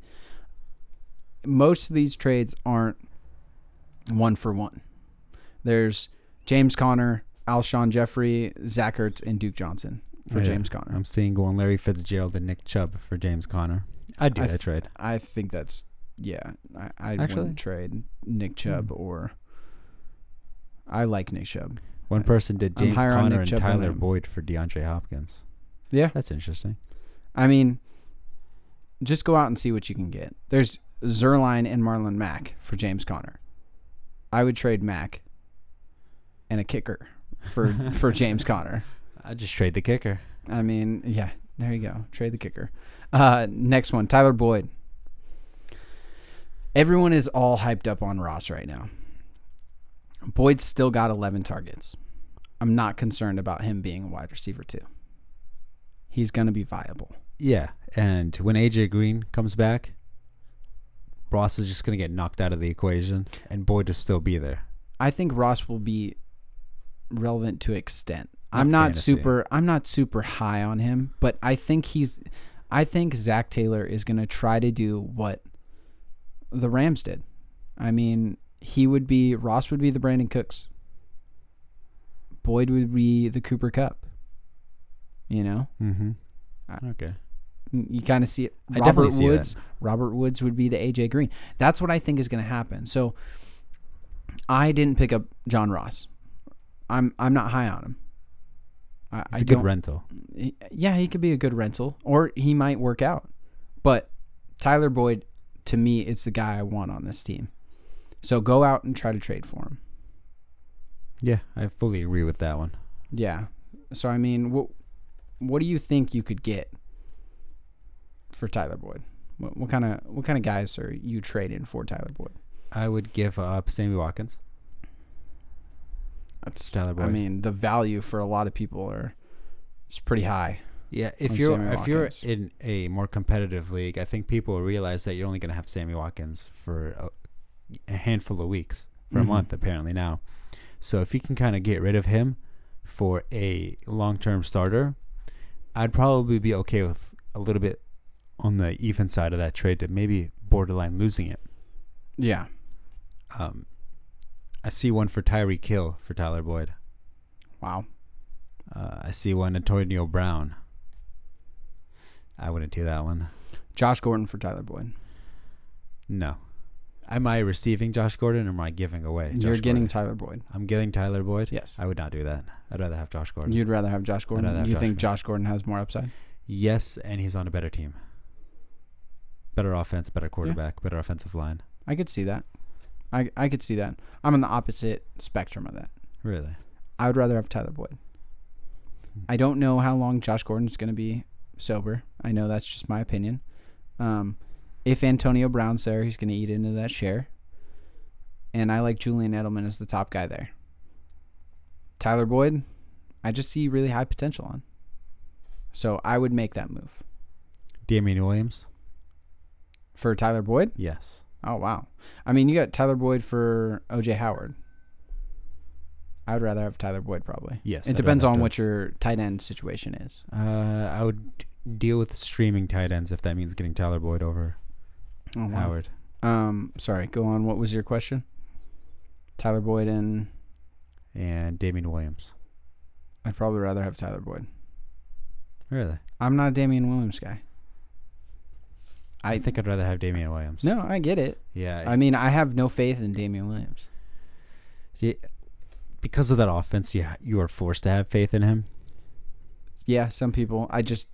Speaker 3: Most of these trades aren't one for one. There's James Conner, Alshon Jeffrey, Zach Ertz, and Duke Johnson for
Speaker 2: Yeah.
Speaker 3: James Conner.
Speaker 2: I'm seeing going Larry Fitzgerald and Nick Chubb for James Conner. I'd do
Speaker 3: I
Speaker 2: that
Speaker 3: th-
Speaker 2: trade.
Speaker 3: I think that's yeah. I, I
Speaker 2: Actually- hmm.
Speaker 3: wouldn't trade Nick Chubb or I like Nick Chubb.
Speaker 2: One person did
Speaker 3: I'm
Speaker 2: James
Speaker 3: higher on
Speaker 2: Conner
Speaker 3: Nick
Speaker 2: and
Speaker 3: Chubb than
Speaker 2: Tyler
Speaker 3: him.
Speaker 2: Boyd for DeAndre Hopkins.
Speaker 3: Yeah.
Speaker 2: That's interesting.
Speaker 3: I mean, just go out and see what you can get. There's Zerline and Marlon Mack for James Conner. I would trade Mack and a kicker for for James Conner.
Speaker 2: I just trade the kicker.
Speaker 3: I mean, yeah, there you go. Trade the kicker. Uh, next one, Tyler Boyd. Everyone is all hyped up on Ross right now. Boyd's still got 11 targets. I'm not concerned about him being a wide receiver too. He's going to be viable.
Speaker 2: Yeah, and when AJ Green comes back, Ross is just gonna get knocked out of the equation, and Boyd will still be there.
Speaker 3: I think Ross will be relevant to extent.
Speaker 2: Not
Speaker 3: I'm not
Speaker 2: fantasy.
Speaker 3: super I'm not super high on him, but I think he's I think Zach Taylor is gonna try to do what the Rams did. I mean, he would be Ross would be the Brandon Cooks. Boyd would be the Cooper Cup. You know?
Speaker 2: Mm-hmm. Okay.
Speaker 3: you kind of see it.
Speaker 2: I
Speaker 3: Robert
Speaker 2: definitely see that.
Speaker 3: Woods. Robert Woods would be the AJ Green. That's what I think is going to happen. So I didn't pick up John Ross. I'm I'm not high on him. I,
Speaker 2: It's
Speaker 3: I
Speaker 2: a good
Speaker 3: don't- Mm.
Speaker 2: rental.
Speaker 3: he- yeah, he could be a good rental, or he might work out. But Tyler Boyd, to me, is the guy I want on this team. So go out and try to trade for him.
Speaker 2: Yeah, I fully agree with that one.
Speaker 3: Yeah. So I mean, what what do you think you could get for Tyler Boyd? What, what kind of what kind of guys are you trading for Tyler Boyd?
Speaker 2: I would give up Sammy Watkins.
Speaker 3: That's
Speaker 2: Tyler
Speaker 3: I
Speaker 2: Boyd.
Speaker 3: mean, the value for a lot of people are it's pretty high.
Speaker 2: Yeah, if
Speaker 3: on
Speaker 2: you're
Speaker 3: Sammy
Speaker 2: if you're
Speaker 3: Watkins.
Speaker 2: in a more competitive league, I think people will realize that you're only going to have Sammy Watkins for a, a handful of weeks, for a
Speaker 3: Mm-hmm.
Speaker 2: month apparently now. So if you can kind of get rid of him for a long-term starter, I'd probably be okay with a little bit on the even side of that trade to maybe borderline losing it.
Speaker 3: Yeah.
Speaker 2: Um, I see one for Tyree Kill for Tyler Boyd.
Speaker 3: Wow.
Speaker 2: Uh, I see one Antonio Brown. I wouldn't do that one.
Speaker 3: Josh Gordon for Tyler Boyd.
Speaker 2: No. Am I receiving Josh Gordon or am I giving away? Josh
Speaker 3: You're getting
Speaker 2: Gordon?
Speaker 3: Tyler Boyd.
Speaker 2: I'm getting Tyler Boyd.
Speaker 3: Yes.
Speaker 2: I would not do that. I'd rather have Josh Gordon.
Speaker 3: You'd rather have Josh Gordon.
Speaker 2: rather have
Speaker 3: you
Speaker 2: Josh
Speaker 3: think
Speaker 2: Gordon.
Speaker 3: Josh Gordon has more upside?
Speaker 2: yes, and he's on a better team. Better offense, better quarterback, better offensive line.
Speaker 3: I could see that. I I could see that. I'm on the opposite spectrum of that.
Speaker 2: Really?
Speaker 3: I would rather have Tyler Boyd. I don't know how long Josh Gordon's going to be sober. I know that's just my opinion. Um, if Antonio Brown's there, he's going to eat into that share. And I like Julian Edelman as the top guy there. Tyler Boyd, I just see really high potential on. So I would make that move
Speaker 2: Damian Williams?
Speaker 3: for Tyler Boyd.
Speaker 2: Yes.
Speaker 3: Oh wow! I mean, you got Tyler Boyd for OJ Howard. I would rather have Tyler Boyd probably.
Speaker 2: Yes,
Speaker 3: It
Speaker 2: I'd
Speaker 3: depends
Speaker 2: rather
Speaker 3: on
Speaker 2: have
Speaker 3: what your tight end situation is.
Speaker 2: Uh, I would deal with streaming tight ends if that means getting Tyler Boyd over
Speaker 3: Oh, wow.
Speaker 2: Howard.
Speaker 3: Um, sorry. Go on. What was your question? Tyler Boyd and
Speaker 2: And Damian Williams.
Speaker 3: I'd probably rather have Tyler Boyd.
Speaker 2: Really?
Speaker 3: I'm not a Damian Williams guy.
Speaker 2: I think I'd rather have Damian Williams.
Speaker 3: No, I get it.
Speaker 2: Yeah.
Speaker 3: I mean, I have no faith in Damian Williams.
Speaker 2: Yeah, because of that offense, you you are forced to have faith in him.
Speaker 3: Yeah, some people. I just,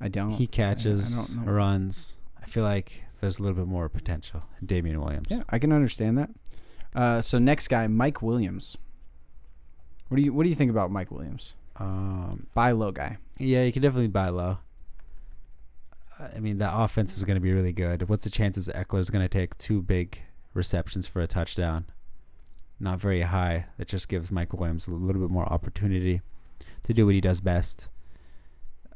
Speaker 3: I don't.
Speaker 2: He catches,
Speaker 3: don't know.
Speaker 2: runs. I feel like there's a little bit more potential. in Damian Williams.
Speaker 3: Yeah, I can understand that. Uh, so next guy, Mike Williams. What do you What do you think about Mike Williams?
Speaker 2: Um.
Speaker 3: Buy low guy.
Speaker 2: Yeah, you can definitely buy low. I mean, that offense is going to be really good. What's the chances Eckler's going to take two big receptions for a touchdown? Not very high. That just gives Michael Williams a little bit more opportunity to do what he does best.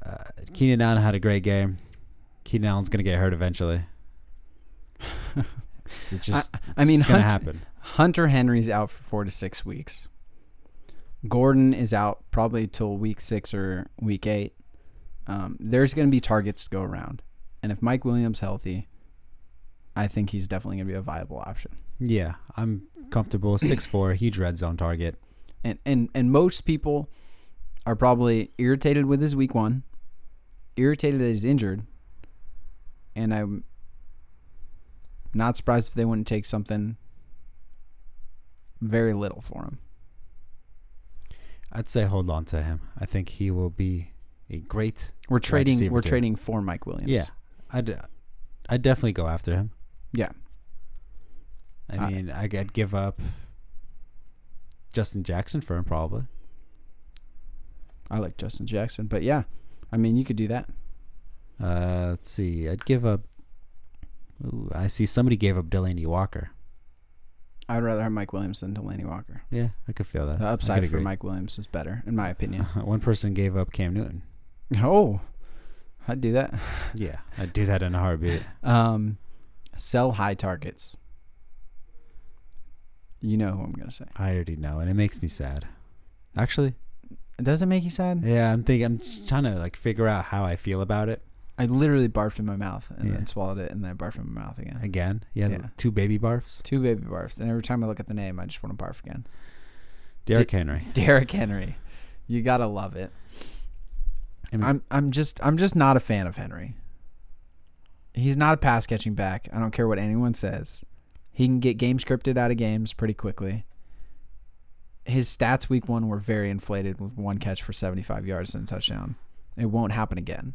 Speaker 2: Uh, Keenan Allen had a great game. Keenan Allen's going to get hurt eventually. it's just,
Speaker 3: I mean,
Speaker 2: it's going to
Speaker 3: Hunt-
Speaker 2: happen.
Speaker 3: Hunter Henry's out for four to six weeks. Gordon is out probably till week six or week eight. Um, there's going to be targets to go around, and if Mike Williams healthy, I think he's definitely going to be a viable option.
Speaker 2: Yeah, I'm comfortable. Six four, huge red zone target.
Speaker 3: and and and most people are probably irritated with his week one, irritated that he's injured, and I'm not surprised if they wouldn't take something very little for him.
Speaker 2: I'd say hold on to him. I think he will be a great.
Speaker 3: We're
Speaker 2: wide
Speaker 3: trading.
Speaker 2: receiver
Speaker 3: We're
Speaker 2: too.
Speaker 3: trading for Mike Williams.
Speaker 2: Yeah, I'd I'd definitely go after him.
Speaker 3: Yeah.
Speaker 2: I
Speaker 3: I-
Speaker 2: mean, I, I'd give up Justin Jackson for him probably.
Speaker 3: I like Justin Jackson, but yeah, I mean, you could do that.
Speaker 2: Uh, let's see. I'd give up. Ooh, I see somebody gave up Delaney Walker.
Speaker 3: I'd rather have Mike Williams than Delaney Walker.
Speaker 2: Yeah, I could feel that.
Speaker 3: The
Speaker 2: I
Speaker 3: upside
Speaker 2: could
Speaker 3: for
Speaker 2: agree.
Speaker 3: Mike Williams is better, in my opinion.
Speaker 2: One person gave up Cam Newton.
Speaker 3: oh, I'd do that.
Speaker 2: Yeah, I'd do that in a heartbeat.
Speaker 3: Um, sell high targets. You know who I'm gonna say.
Speaker 2: I already know, and it makes me sad. Actually,
Speaker 3: Does it make you sad?
Speaker 2: yeah, I'm thinking. I'm just trying to like figure out how I feel about it
Speaker 3: I literally barfed in my mouth and
Speaker 2: Yeah.
Speaker 3: then swallowed it and then barfed in my mouth again.
Speaker 2: again. Yeah,
Speaker 3: Yeah.
Speaker 2: two baby barfs.
Speaker 3: Two baby barfs, and every time I look at the name, I just want to barf again.
Speaker 2: Derrick Henry.
Speaker 3: Derrick Henry, you gotta love it.
Speaker 2: I mean,
Speaker 3: I'm I'm just I'm just not a fan of Henry. He's not a pass catching back. I don't care what anyone says. He can get game scripted out of games pretty quickly. His stats week one were very inflated with one catch for 75 yards and a touchdown. It won't happen again.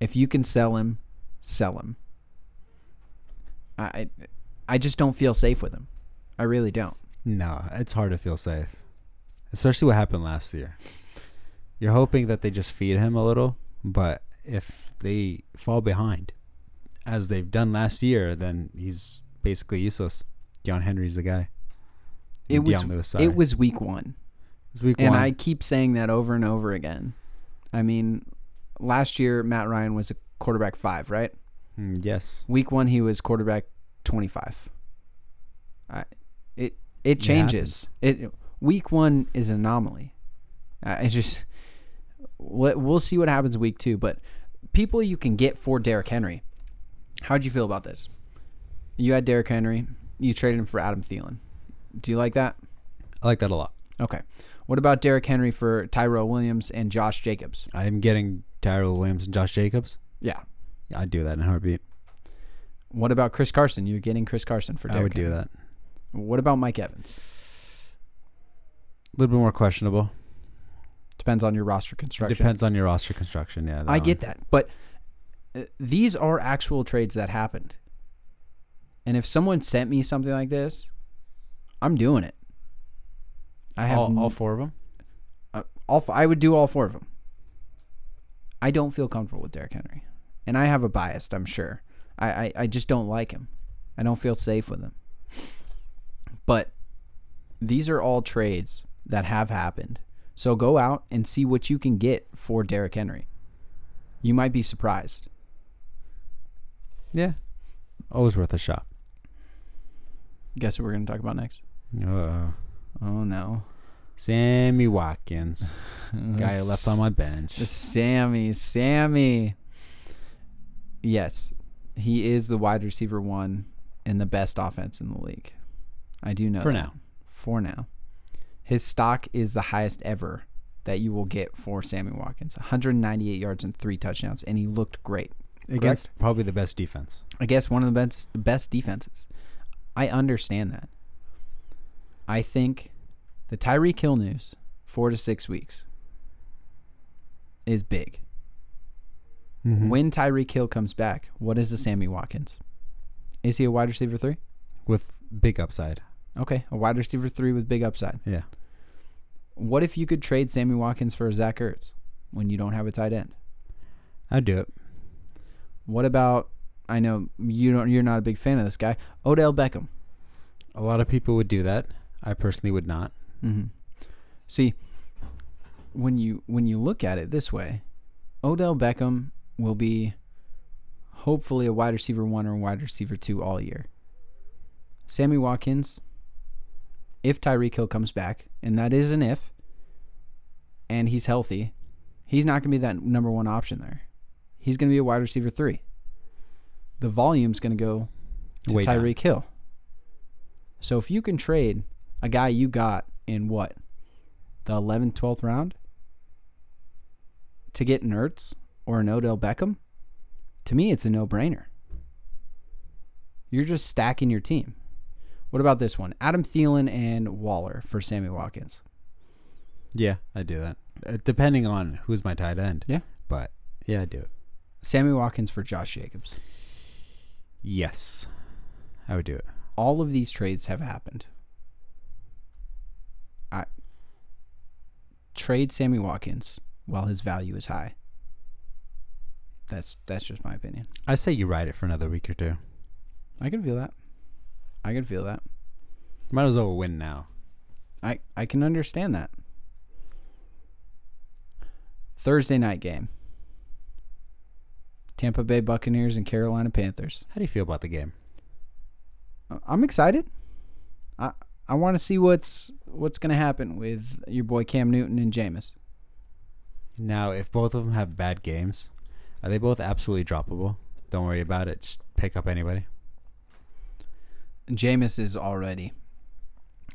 Speaker 3: If you can sell him, sell him. I I I just don't feel safe with him. I really don't.
Speaker 2: No, it's hard to feel safe, especially what happened last year. You're hoping that they just feed him a little, but if they fall behind, as they've done last year, then he's basically useless. John Henry's the guy.
Speaker 3: It
Speaker 2: And
Speaker 3: was
Speaker 2: Deion Lewis, sorry.
Speaker 3: it was week one.
Speaker 2: It's week
Speaker 3: And
Speaker 2: one.
Speaker 3: I keep saying that over and over again. I mean, last year Matt Ryan was a quarterback five, right?
Speaker 2: Mm, yes,
Speaker 3: Week one he was quarterback twenty five. I it it changes. It, week one is an anomaly. I I just we- we'll see what happens week two, but people you can get for Derrick Henry. How'd you feel about this? You had Derrick Henry. You traded him for Adam Thielen. Do you like that?
Speaker 2: I like that a lot.
Speaker 3: Okay. What about Derrick Henry for Tyrell Williams and Josh Jacobs?
Speaker 2: I'm getting Tyrell Williams and Josh Jacobs.
Speaker 3: Yeah.
Speaker 2: Yeah, I'd do that in a heartbeat.
Speaker 3: What about Chris Carson? You're getting Chris Carson for Derrick
Speaker 2: I would do
Speaker 3: Henry.
Speaker 2: that.
Speaker 3: What about Mike Evans?
Speaker 2: A little bit more questionable.
Speaker 3: Depends on your roster construction.
Speaker 2: Depends on your roster construction. Yeah,
Speaker 3: I get that, but uh, these are actual trades that happened. And if someone sent me something like this, I'm doing it. I have
Speaker 2: All,
Speaker 3: n-
Speaker 2: all four of them.
Speaker 3: uh, all f- I would do all four of them. I don't feel comfortable with Derrick Henry, and I have a bias. I'm sure. I, I I just don't like him. I don't feel safe with him. But these are all trades that have happened. So go out and see what you can get for Derrick Henry. You might be surprised.
Speaker 2: Yeah, always worth a shot.
Speaker 3: Guess what we're going to talk about next?
Speaker 2: Uh,
Speaker 3: Oh no,
Speaker 2: Sammy Watkins. Guy I left on my bench.
Speaker 3: Sammy, Sammy. Yes, he is the wide receiver one and the best offense in the league. I do know
Speaker 2: For
Speaker 3: that.
Speaker 2: now.
Speaker 3: For now, his stock is the highest ever that you will get for Sammy Watkins. 198 yards and three touchdowns, and he looked great.
Speaker 2: Against probably the best defense.
Speaker 3: I guess one of the best best defenses. I understand that. I think the Tyreek Hill news, four to six weeks, is big.
Speaker 2: Mm-hmm.
Speaker 3: When Tyreek Hill comes back, what is the Sammy Watkins? Is he a wide receiver three?
Speaker 2: With big upside.
Speaker 3: Okay, a wide receiver three with big upside.
Speaker 2: Yeah.
Speaker 3: What if you could trade Sammy Watkins for Zach Ertz when you don't have a tight end?
Speaker 2: I'd do it.
Speaker 3: What about I know you don't you're not a big fan of this guy, Odell Beckham.
Speaker 2: A lot of people would do that. I personally would not.
Speaker 3: See, when you when you look at it this way, Odell Beckham will be hopefully a wide receiver one or a wide receiver two all year. Sammy Watkins, if Tyreek Hill comes back, and that is an if, and he's healthy, he's not going to be that number one option there. He's going to be a wide receiver three. The volume's going to go to
Speaker 2: Way down.
Speaker 3: Tyreek Hill. So if you can trade a guy you got in what the 11th, 12th round to get an Ertz or an Odell Beckham, to me, it's a no brainer. You're just stacking your team. What about this one? Adam Thielen and Waller for Sammy Watkins.
Speaker 2: Yeah, I do that. Uh, depending on who's my tight end.
Speaker 3: Yeah.
Speaker 2: But yeah, I do it.
Speaker 3: Sammy Watkins for Josh Jacobs.
Speaker 2: Yes, I would do it.
Speaker 3: All of these trades have happened. I trade Sammy Watkins while his value is high. That's that's just my opinion.
Speaker 2: I say you ride it for another week or two.
Speaker 3: I can feel that. I can feel that.
Speaker 2: Might as well win now.
Speaker 3: I I can understand that. Thursday night game. Tampa Bay Buccaneers and Carolina Panthers.
Speaker 2: How do you feel about the game?
Speaker 3: I- I'm excited. I I want to see what's what's gonna happen with your boy Cam Newton and Jameis.
Speaker 2: Now, if both of them have bad games, are they both absolutely droppable? Don't worry about it. Just pick up anybody.
Speaker 3: Jameis is already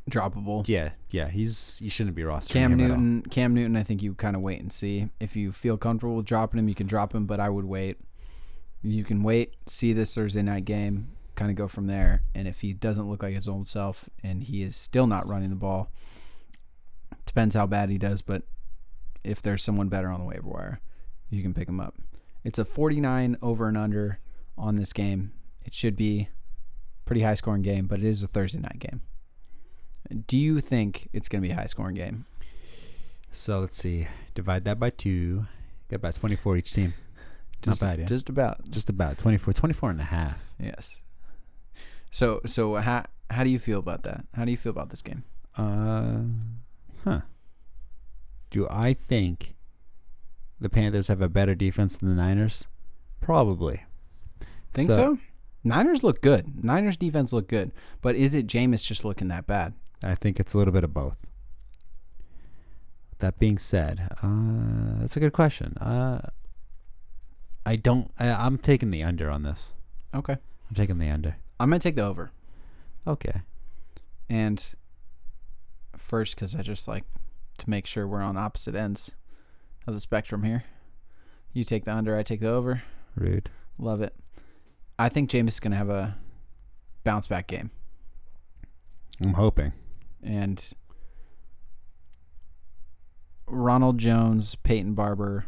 Speaker 3: droppable.
Speaker 2: Yeah, yeah. He's you shouldn't be rostering
Speaker 3: Cam
Speaker 2: him at all.
Speaker 3: Newton, Cam Newton. I think you kind of wait and see. If you feel comfortable with dropping him, you can drop him. But I would wait. You can wait, see this Thursday night game, kind of go from there. And if he doesn't look like his old self and he is still not running the ball, depends how bad he does. But if there's someone better on the waiver wire, you can pick him up. It's a 49 over and under on this game. It should be pretty high scoring game, but it is a Thursday night game. Do you think it's going to be a high scoring game?
Speaker 2: So let's see. Divide that by two. Got about 24 each team.
Speaker 3: just,
Speaker 2: Not bad, yeah. Just,
Speaker 3: Just about.
Speaker 2: about 24, 24 and a half.
Speaker 3: Yes. So so how how do you feel about that? How do you feel about this game?
Speaker 2: Uh, huh. Do I think the Panthers have a better defense than the Niners? Probably.
Speaker 3: Think so? Niners look good. Niners defense look good. But is it Jameis just looking that bad?
Speaker 2: I think it's a little bit of both. That being said, uh, that's a good question. Uh, I don't. I, I'm taking the under on this.
Speaker 3: Okay.
Speaker 2: I'm taking the under.
Speaker 3: I'm gonna take the over.
Speaker 2: Okay.
Speaker 3: And first, because I just like to make sure we're on opposite ends of the spectrum here. You take the under, I take the over.
Speaker 2: Rude.
Speaker 3: Love it. I think Jameis is gonna have a bounce back game.
Speaker 2: I'm hoping.
Speaker 3: and Ronald Jones, Peyton Barber.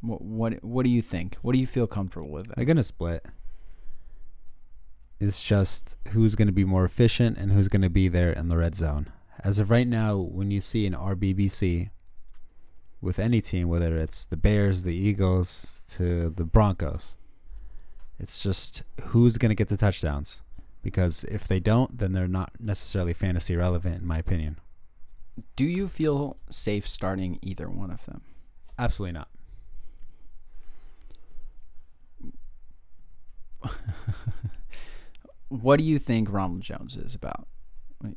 Speaker 3: What what what do you think? What do you feel comfortable with?
Speaker 2: They're gonna split. It's just who's gonna be more efficient and who's gonna be there in the red zone. As of right now, when you see an RBBC with any team, whether it's the Bears, the Eagles, to the Broncos, it's just who's gonna get the touchdowns. Because if they don't, then they're not necessarily fantasy relevant, in my opinion.
Speaker 3: Do you feel safe starting either one of them?
Speaker 2: Absolutely not.
Speaker 3: What do you think Ronald Jones is about?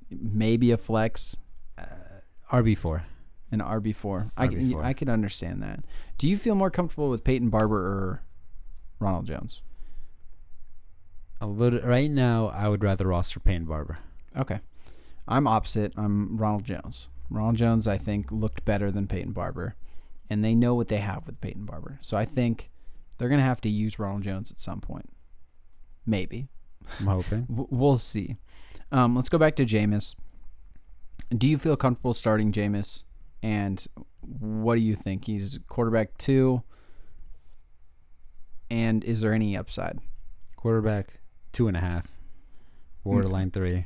Speaker 3: Maybe a flex,
Speaker 2: RB four.
Speaker 3: an RB four. I can-
Speaker 2: RB4.
Speaker 3: I could understand that. Do you feel more comfortable with Peyton Barber or Ronald Jones?
Speaker 2: A little right now, I would rather roster Payne Barber.
Speaker 3: Okay. I'm opposite. I'm Ronald Jones. Ronald Jones, I think, looked better than Peyton Barber, and they know what they have with Peyton Barber. So I think they're going to have to use Ronald Jones at some point. Maybe.
Speaker 2: I'm hoping.
Speaker 3: W- we'll see. Um, let's go back to Jameis. Do you feel comfortable starting Jameis? And what do you think? He's quarterback two. And is there any upside?
Speaker 2: quarterback two and a half,
Speaker 3: Mm.
Speaker 2: borderline three.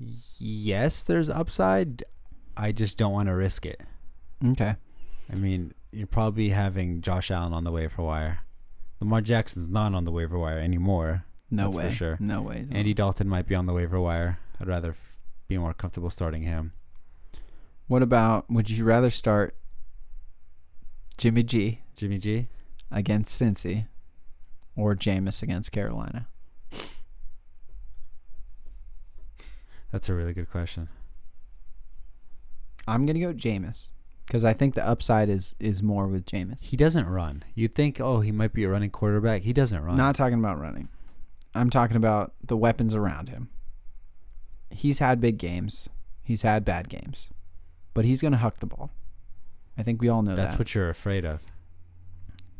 Speaker 2: Yes, there's upside. I just don't want to risk it.
Speaker 3: Okay.
Speaker 2: I mean, you're probably having Josh Allen on the waiver wire. Lamar Jackson's not on the waiver wire anymore.
Speaker 3: No
Speaker 2: that's
Speaker 3: way.
Speaker 2: for sure.
Speaker 3: No way.
Speaker 2: Andy Dalton might be on the waiver wire. I'd rather f- be more comfortable starting him.
Speaker 3: What about would you rather start Jimmy G
Speaker 2: Jimmy G.
Speaker 3: against Cincy or Jameis against Carolina?
Speaker 2: That's a really good question.
Speaker 3: I'm gonna go Jameis because I think the upside is is more with Jameis.
Speaker 2: He doesn't run. You'd think, oh, he might be a running quarterback. He doesn't run.
Speaker 3: Not talking about running. I'm talking about the weapons around him. He's had big games. He's had bad games, but he's gonna huck the ball. I think we all know
Speaker 2: That's
Speaker 3: that.
Speaker 2: what you're afraid of.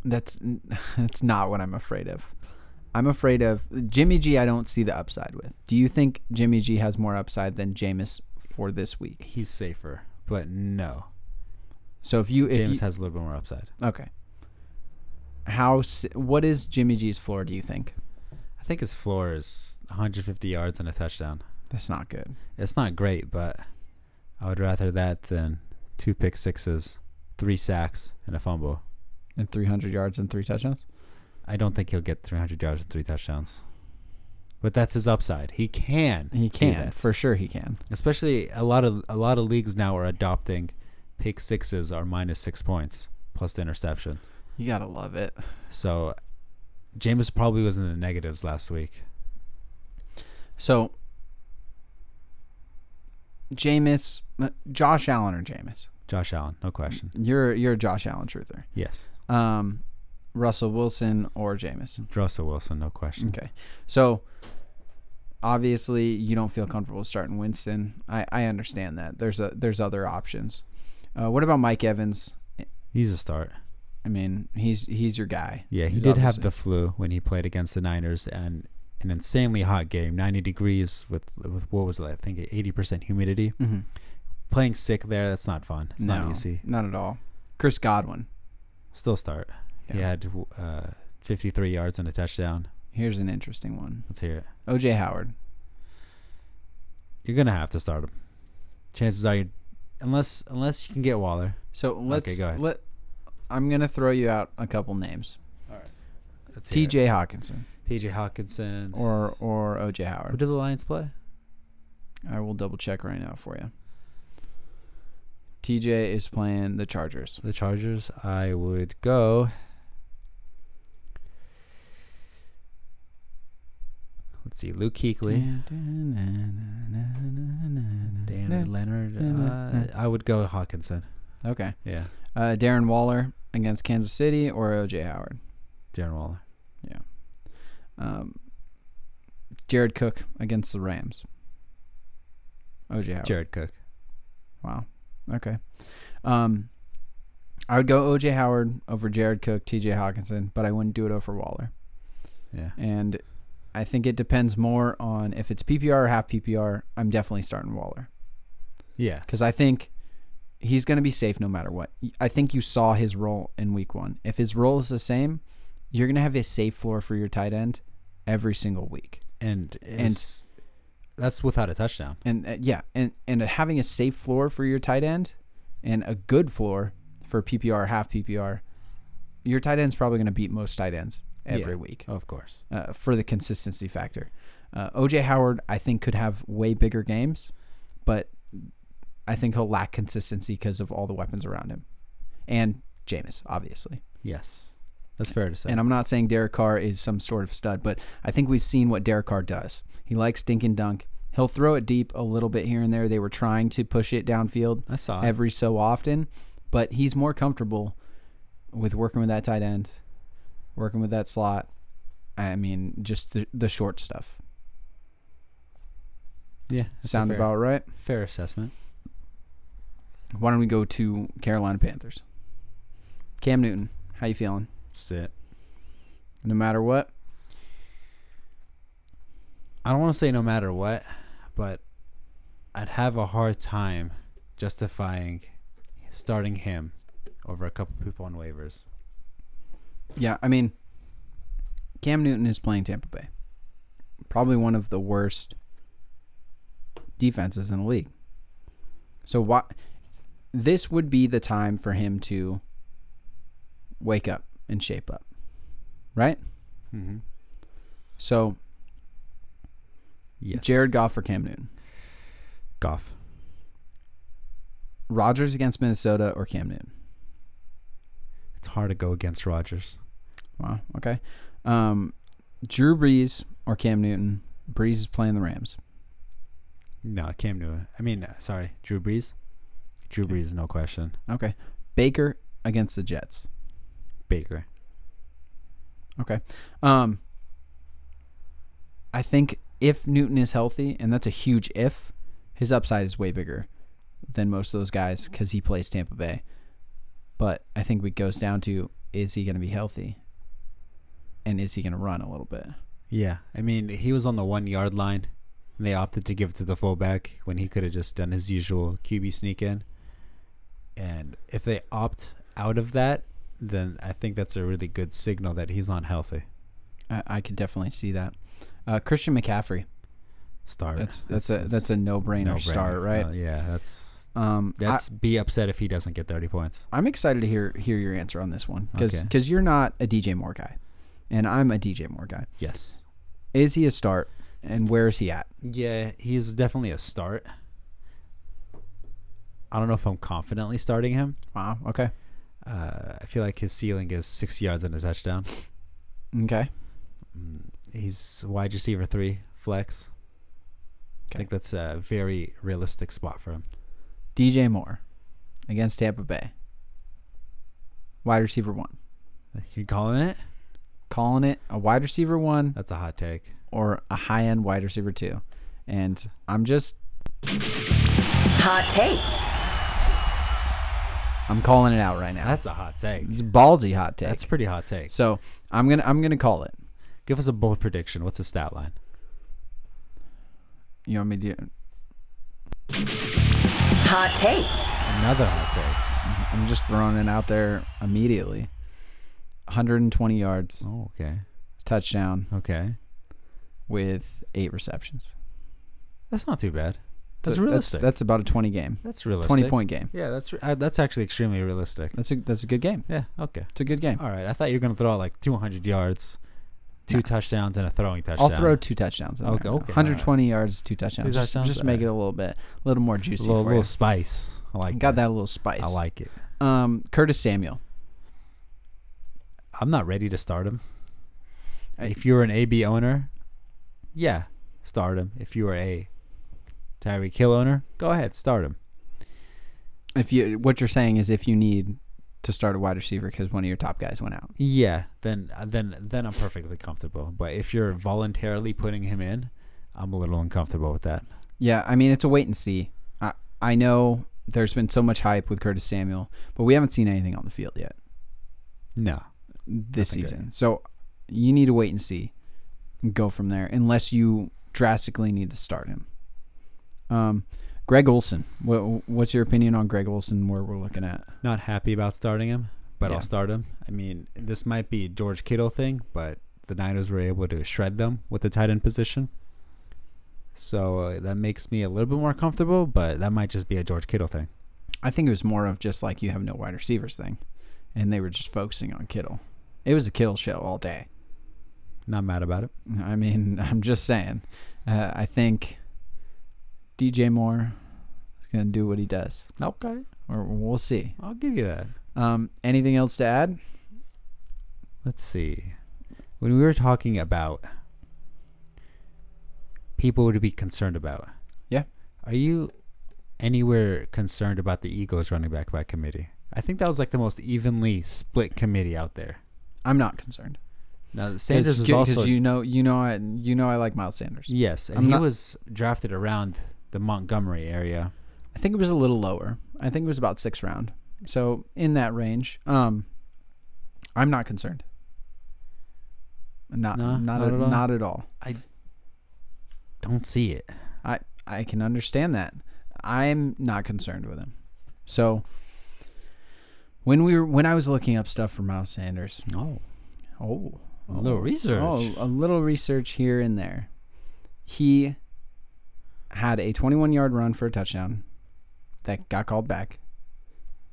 Speaker 3: That's that's not what I'm afraid of. I'm afraid of Jimmy G. I don't see the upside with. Do you think Jimmy G has more upside than Jameis for this week.
Speaker 2: He's safer, but no.
Speaker 3: So if you if
Speaker 2: James
Speaker 3: you,
Speaker 2: has a little bit more upside.
Speaker 3: okay, how s- what is Jimmy G's floor? Do you think
Speaker 2: I think his floor is 150 yards and a touchdown.
Speaker 3: that's not good?
Speaker 2: It's not great, but I would rather that than two pick sixes, three sacks, and a fumble.
Speaker 3: And 300 yards and three touchdowns.
Speaker 2: I don't think he'll get 300 yards and three touchdowns. But that's his upside. He can.
Speaker 3: He
Speaker 2: do
Speaker 3: can
Speaker 2: that.
Speaker 3: for sure. He can.
Speaker 2: Especially a lot of a lot of leagues now are adopting pick sixes are minus six points plus the interception.
Speaker 3: You gotta love it.
Speaker 2: So James probably was in the negatives last week.
Speaker 3: So, Jameis, uh, Josh Allen or Jameis?
Speaker 2: Josh Allen, no question.
Speaker 3: You're you're a Josh Allen truther.
Speaker 2: Yes.
Speaker 3: Um, Russell Wilson or Jameis?
Speaker 2: Russell Wilson, no question.
Speaker 3: Okay, so obviously you don't feel comfortable starting Winston. I I understand that. There's a there's other options. Uh, what about Mike Evans?
Speaker 2: He's a start.
Speaker 3: I mean, he's he's your guy.
Speaker 2: Yeah, he
Speaker 3: He's
Speaker 2: did have
Speaker 3: obviously-
Speaker 2: the flu when he played against the Niners and an insanely hot game, 90 degrees with with what was it? I think 80% humidity.
Speaker 3: Mhm.
Speaker 2: Playing sick there, that's not fun. It's
Speaker 3: No,
Speaker 2: not easy.
Speaker 3: Not at all. Chris Godwin.
Speaker 2: Still start. He
Speaker 3: Yeah.
Speaker 2: had uh, 53 yards and a touchdown.
Speaker 3: Here's an interesting one.
Speaker 2: Let's hear it.
Speaker 3: OJ Howard.
Speaker 2: You're gonna have to start him. Chances are, you unless unless you can get Waller,
Speaker 3: So let's
Speaker 2: go ahead.
Speaker 3: let. I'm gonna throw you out a couple names.
Speaker 2: Let's hear it.
Speaker 3: T.J. Hawkinson
Speaker 2: T.J. Hawkinson.
Speaker 3: or or O.J.
Speaker 2: Who
Speaker 3: Howard.
Speaker 2: do the Lions play?
Speaker 3: I will double check right now for you. T.J. is playing the Chargers.
Speaker 2: The Chargers. I would go. Let's see, Luke Kuechly, Daniel Leonard. Uh, I would go Hawkinson.
Speaker 3: Okay,
Speaker 2: Yeah,
Speaker 3: uh, Darren Waller against Kansas City or O.J. Howard.
Speaker 2: Darren Waller.
Speaker 3: Um, Jared Cook against the Rams. O.J. Howard.
Speaker 2: Jared Cook.
Speaker 3: Wow. Okay. Um, I would go OJ Howard over Jared Cook, TJ Hawkinson, but I wouldn't do it over Waller.
Speaker 2: Yeah,
Speaker 3: And I think it depends more on if it's PPR or half PPR. I'm definitely starting Waller
Speaker 2: yeah.
Speaker 3: because I think he's going to be safe no matter what. I think you saw his role in week one. If his role is the same, you're going to have a safe floor for your tight end every single week.
Speaker 2: And it's, that's without a touchdown.
Speaker 3: and uh, yeah, and and having a safe floor for your tight end and a good floor for PPR, half PPR, your tight end's probably going to beat most tight ends every
Speaker 2: Yeah.
Speaker 3: week
Speaker 2: Of course.
Speaker 3: uh, for the consistency factor. Uh, OJ Howard, I think, could have way bigger games, but I think he'll lack consistency because of all the weapons around him and Jameis, obviously.
Speaker 2: Yes, that's fair to say.
Speaker 3: And I'm not saying Derek Carr is some sort of stud, but I think we've seen what Derek Carr does. He likes dink and dunk. He'll throw it deep a little bit here and there. They were trying to push it downfield
Speaker 2: I saw it.
Speaker 3: every so often, but he's more comfortable with working with that tight end, working with that slot. I mean, just the, the short stuff.
Speaker 2: yeah, that's a
Speaker 3: Sound
Speaker 2: fair,
Speaker 3: about right?
Speaker 2: fair assessment.
Speaker 3: Why don't we go to Carolina Panthers? Cam Newton, how you feeling?
Speaker 2: That's it.
Speaker 3: No matter what,
Speaker 2: I don't want to say no matter what, but I'd have a hard time justifying starting him over a couple people on waivers.
Speaker 3: Yeah, I mean, Cam Newton is playing Tampa Bay. Probably one of the worst defenses in the league. So why this would be the time for him to wake up and shape up. Right?
Speaker 2: Mm-hmm.
Speaker 3: So
Speaker 2: Yes.
Speaker 3: Jared Goff for Cam Newton.
Speaker 2: Goff.
Speaker 3: Rodgers against Minnesota or Cam Newton.
Speaker 2: It's hard to go against Rodgers.
Speaker 3: Wow, okay. Um Drew Brees or Cam Newton. Brees is playing the Rams.
Speaker 2: No, Cam Newton. I mean, uh, sorry, Drew Brees. Drew Brees, no question.
Speaker 3: Okay. Baker against the Jets.
Speaker 2: Baker.
Speaker 3: Okay. Um I think if Newton is healthy, and that's a huge if, his upside is way bigger than most of those guys because he plays Tampa Bay. But I think what it goes down to is he going to be healthy, and is he going to run a little bit?
Speaker 2: Yeah, I mean, he was on the one yard line. and they opted to give it to the fullback when he could have just done his usual QB sneak in. And if they opt out of that, then I think that's a really good signal that he's not healthy.
Speaker 3: I, I could definitely see that. Uh, Christian McCaffrey.
Speaker 2: Start.
Speaker 3: That's that's a that's a no brainer start, right?
Speaker 2: Uh, yeah, that's
Speaker 3: Um, I-
Speaker 2: that's be upset if he doesn't get thirty points.
Speaker 3: I'm excited to hear hear your answer on this one because
Speaker 2: Okay.
Speaker 3: you're not a DJ Moore guy, and I'm a DJ Moore guy.
Speaker 2: Yes.
Speaker 3: Is he a start, and where is he at?
Speaker 2: Yeah, he's definitely a start. I don't know if I'm confidently starting him.
Speaker 3: Wow. Okay.
Speaker 2: Uh, I feel like his ceiling is six yards and a touchdown.
Speaker 3: Okay.
Speaker 2: He's wide receiver three flex. I
Speaker 3: Okay.
Speaker 2: think that's a very realistic spot for him.
Speaker 3: DJ Moore against Tampa Bay. Wide receiver one.
Speaker 2: You calling it?
Speaker 3: Calling it a wide receiver one
Speaker 2: That's a hot take.
Speaker 3: or a high end wide receiver two, and I'm just
Speaker 5: Hot take.
Speaker 3: I'm calling it out right now.
Speaker 2: That's a hot take.
Speaker 3: It's a ballsy hot take.
Speaker 2: That's a pretty hot take.
Speaker 3: so I'm gonna I'm gonna call it.
Speaker 2: Give us a bold prediction. What's the stat line?
Speaker 3: You want me to? do-
Speaker 5: Hot take.
Speaker 2: Another hot
Speaker 3: I'm just throwing it out there immediately. 120 yards,
Speaker 2: take. Oh, okay.
Speaker 3: touchdown
Speaker 2: Okay.
Speaker 3: with eight receptions.
Speaker 2: That's not too bad. That's
Speaker 3: So
Speaker 2: realistic. That's,
Speaker 3: That's, about a 20 game,
Speaker 2: realistic.
Speaker 3: 20 point game.
Speaker 2: Yeah, that's re- uh, that's actually extremely realistic.
Speaker 3: That's a that's a good game.
Speaker 2: Yeah. Okay.
Speaker 3: It's a good game.
Speaker 2: All right. I thought you were gonna throw out like 200 yards, two touchdowns, and a throwing
Speaker 3: I'll
Speaker 2: touchdown.
Speaker 3: throw two touchdowns. in
Speaker 2: Okay, okay,
Speaker 3: there.
Speaker 2: all right.
Speaker 3: 120 yards, two touchdowns.
Speaker 2: Two
Speaker 3: just
Speaker 2: touchdowns,
Speaker 3: just
Speaker 2: all
Speaker 3: make
Speaker 2: right.
Speaker 3: it a little bit, a little more
Speaker 2: a
Speaker 3: juicy.
Speaker 2: little,
Speaker 3: for
Speaker 2: little
Speaker 3: you.
Speaker 2: spice. I like.
Speaker 3: Got that little spice.
Speaker 2: I like it.
Speaker 3: Um, Curtis Samuel.
Speaker 2: I'm not ready to start him. If you're an AB owner, yeah, start him. If you are a Tyreek Hill owner, go ahead, start him.
Speaker 3: If you what you're saying is if you need to start a wide receiver because one of your top guys went out.
Speaker 2: Yeah, then uh, then then I'm perfectly comfortable. But if you're voluntarily putting him in, I'm a little uncomfortable with that.
Speaker 3: Yeah, I mean it's a wait and see. I I know there's been so much hype with Curtis Samuel, but we haven't seen anything on the field yet
Speaker 2: No.
Speaker 3: this
Speaker 2: Nothing good.
Speaker 3: season. So you need to wait and see, and go from there. Unless you drastically need to start him. Um, Greg Olson. What, what's your opinion on Greg Olson? Where we're looking at?
Speaker 2: Not happy about starting him, but
Speaker 3: Yeah.
Speaker 2: I'll start him. I mean, this might be a George Kittle thing, but the Niners were able to shred them with the tight end position. So uh, that makes me a little bit more comfortable, but that might just be a George Kittle thing.
Speaker 3: I think it was more of just like you have no wide receivers thing, and they were just focusing on Kittle. It was a Kittle show all day.
Speaker 2: Not mad about it.
Speaker 3: I mean, I'm just saying. Uh, I think DJ Moore is going to do what he does,
Speaker 2: Okay.
Speaker 3: or we'll see.
Speaker 2: I'll give you that.
Speaker 3: Um, anything else to add?
Speaker 2: Let's see. When we were talking about people to be concerned about,
Speaker 3: Yeah.
Speaker 2: are you anywhere concerned about the Eagles running back by committee? I think that was like the most evenly split committee out there.
Speaker 3: I'm not concerned.
Speaker 2: Now Sanders
Speaker 3: Because
Speaker 2: was also
Speaker 3: you know, you know, I, you know, I like Miles Sanders.
Speaker 2: yes, and
Speaker 3: I'm
Speaker 2: he
Speaker 3: not-
Speaker 2: was drafted around the Montgomery area.
Speaker 3: I think it was a little lower. I think it was about sixth round, so in that range. Um, I'm not concerned. Not,
Speaker 2: No,
Speaker 3: not,
Speaker 2: not
Speaker 3: at,
Speaker 2: at all?
Speaker 3: not at all.
Speaker 2: Don't see it.
Speaker 3: I I can understand that. I'm not concerned with him. So when we were when I was looking up stuff for Miles Sanders,
Speaker 2: Oh,
Speaker 3: oh,
Speaker 2: a little research.
Speaker 3: oh, a little research here and there. He had a 21 yard run for a touchdown that got called back.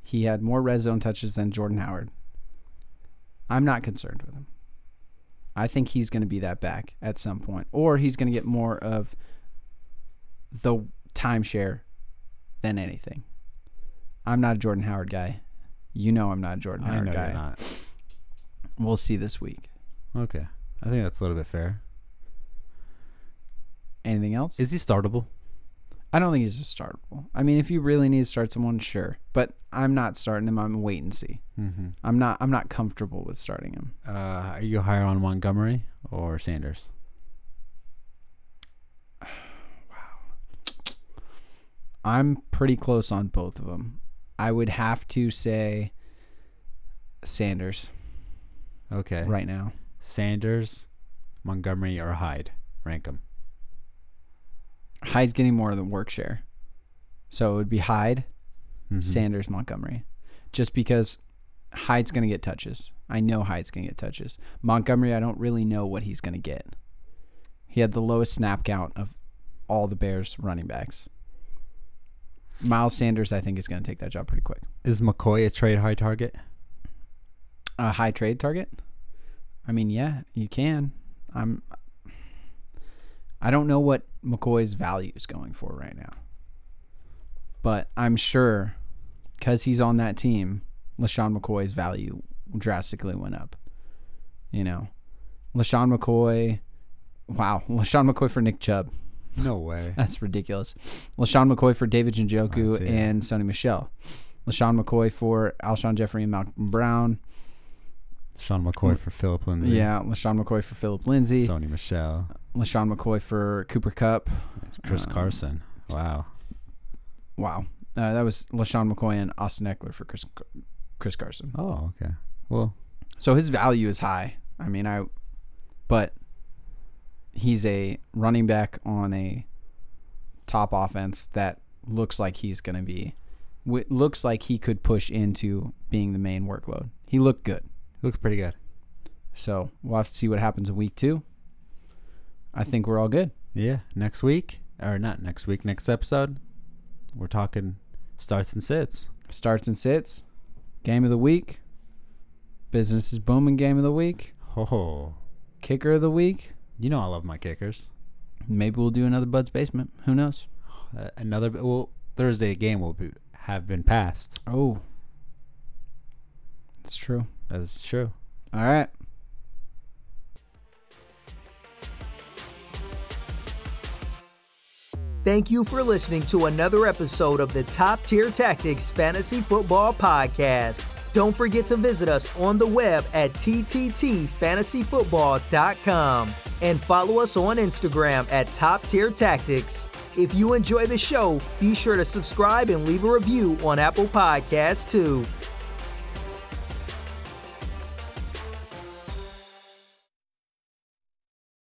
Speaker 3: He had more red zone touches than Jordan Howard. I'm not concerned with him. I think he's going to be that back at some point, or he's going to get more of the timeshare than anything. I'm not a Jordan Howard guy. You know I'm not a Jordan
Speaker 2: I
Speaker 3: Howard
Speaker 2: know
Speaker 3: guy.
Speaker 2: you're not.
Speaker 3: We'll see this week.
Speaker 2: Okay, I think that's a little bit fair.
Speaker 3: Anything else?
Speaker 2: Is he startable?
Speaker 3: I don't think he's a startable. I mean, if you really need to start someone, sure. But I'm not starting him. I'm a wait and see.
Speaker 2: Mm-hmm.
Speaker 3: I'm not. I'm not comfortable with starting him.
Speaker 2: Uh, are you higher on Montgomery or Sanders?
Speaker 3: I'm pretty close on both of them. I would have to say Sanders
Speaker 2: Okay.
Speaker 3: right now.
Speaker 2: Sanders, Montgomery, or Hyde. Rank them.
Speaker 3: Hyde's getting more of the work share. So it would be Hyde, Sanders, Montgomery. Just because Hyde's going to get touches. I know Hyde's going to get touches. Montgomery, I don't really know what he's going to get. He had the lowest snap count of all the Bears running backs. Miles Sanders, I think, is going to take that job pretty quick.
Speaker 2: Is McCoy a trade high target?
Speaker 3: A high trade target? I mean, yeah, you can. I'm. I don't know what McCoy's value is going for right now, but I'm sure because he's on that team, LaShawn McCoy's value drastically went up. You know, LaShawn McCoy. Wow, LaShawn McCoy for Nick Chubb.
Speaker 2: No way.
Speaker 3: That's ridiculous. LaShawn McCoy for David
Speaker 2: I
Speaker 3: Njoku
Speaker 2: see.
Speaker 3: and Sonny Michelle. LaShawn McCoy for Alshon Jeffrey and Malcolm Brown.
Speaker 2: Sean McCoy for Philip Lindsay.
Speaker 3: Yeah, LaShawn McCoy for Philip Lindsay.
Speaker 2: Sony Michelle.
Speaker 3: LaShawn McCoy for Cooper Cup.
Speaker 2: Chris
Speaker 3: Uh.
Speaker 2: Carson. Wow.
Speaker 3: Wow. Uh, that was LaShawn McCoy and Austin Eckler for Chris, Chris Carson.
Speaker 2: Oh, okay. Well,
Speaker 3: So his value is high. I mean, I, but he's a running back on a top offense that looks like he's going to be, w- looks like he could push into being the main workload. He looked good.
Speaker 2: looks pretty good.
Speaker 3: So we'll have to see what happens in week two. I think we're all good.
Speaker 2: Yeah. Next week, or not next week, next episode, we're talking starts and sits.
Speaker 3: Starts and sits. Game of the week. Business is booming game of the week.
Speaker 2: Oh,
Speaker 3: Kicker of the week.
Speaker 2: you know I love my kickers.
Speaker 3: Maybe we'll do another Bud's Basement. Who knows?
Speaker 2: Uh, another well Thursday game will be, have been passed.
Speaker 3: Oh. It's true.
Speaker 2: That's true.
Speaker 3: All right.
Speaker 1: Thank you for listening to another episode of the Top Tier Tactics Fantasy Football Podcast. Don't forget to visit us on the web at tttfantasyfootball.com and follow us on Instagram at Top Tier Tactics. If you enjoy the show, be sure to subscribe and leave a review on Apple Podcasts too.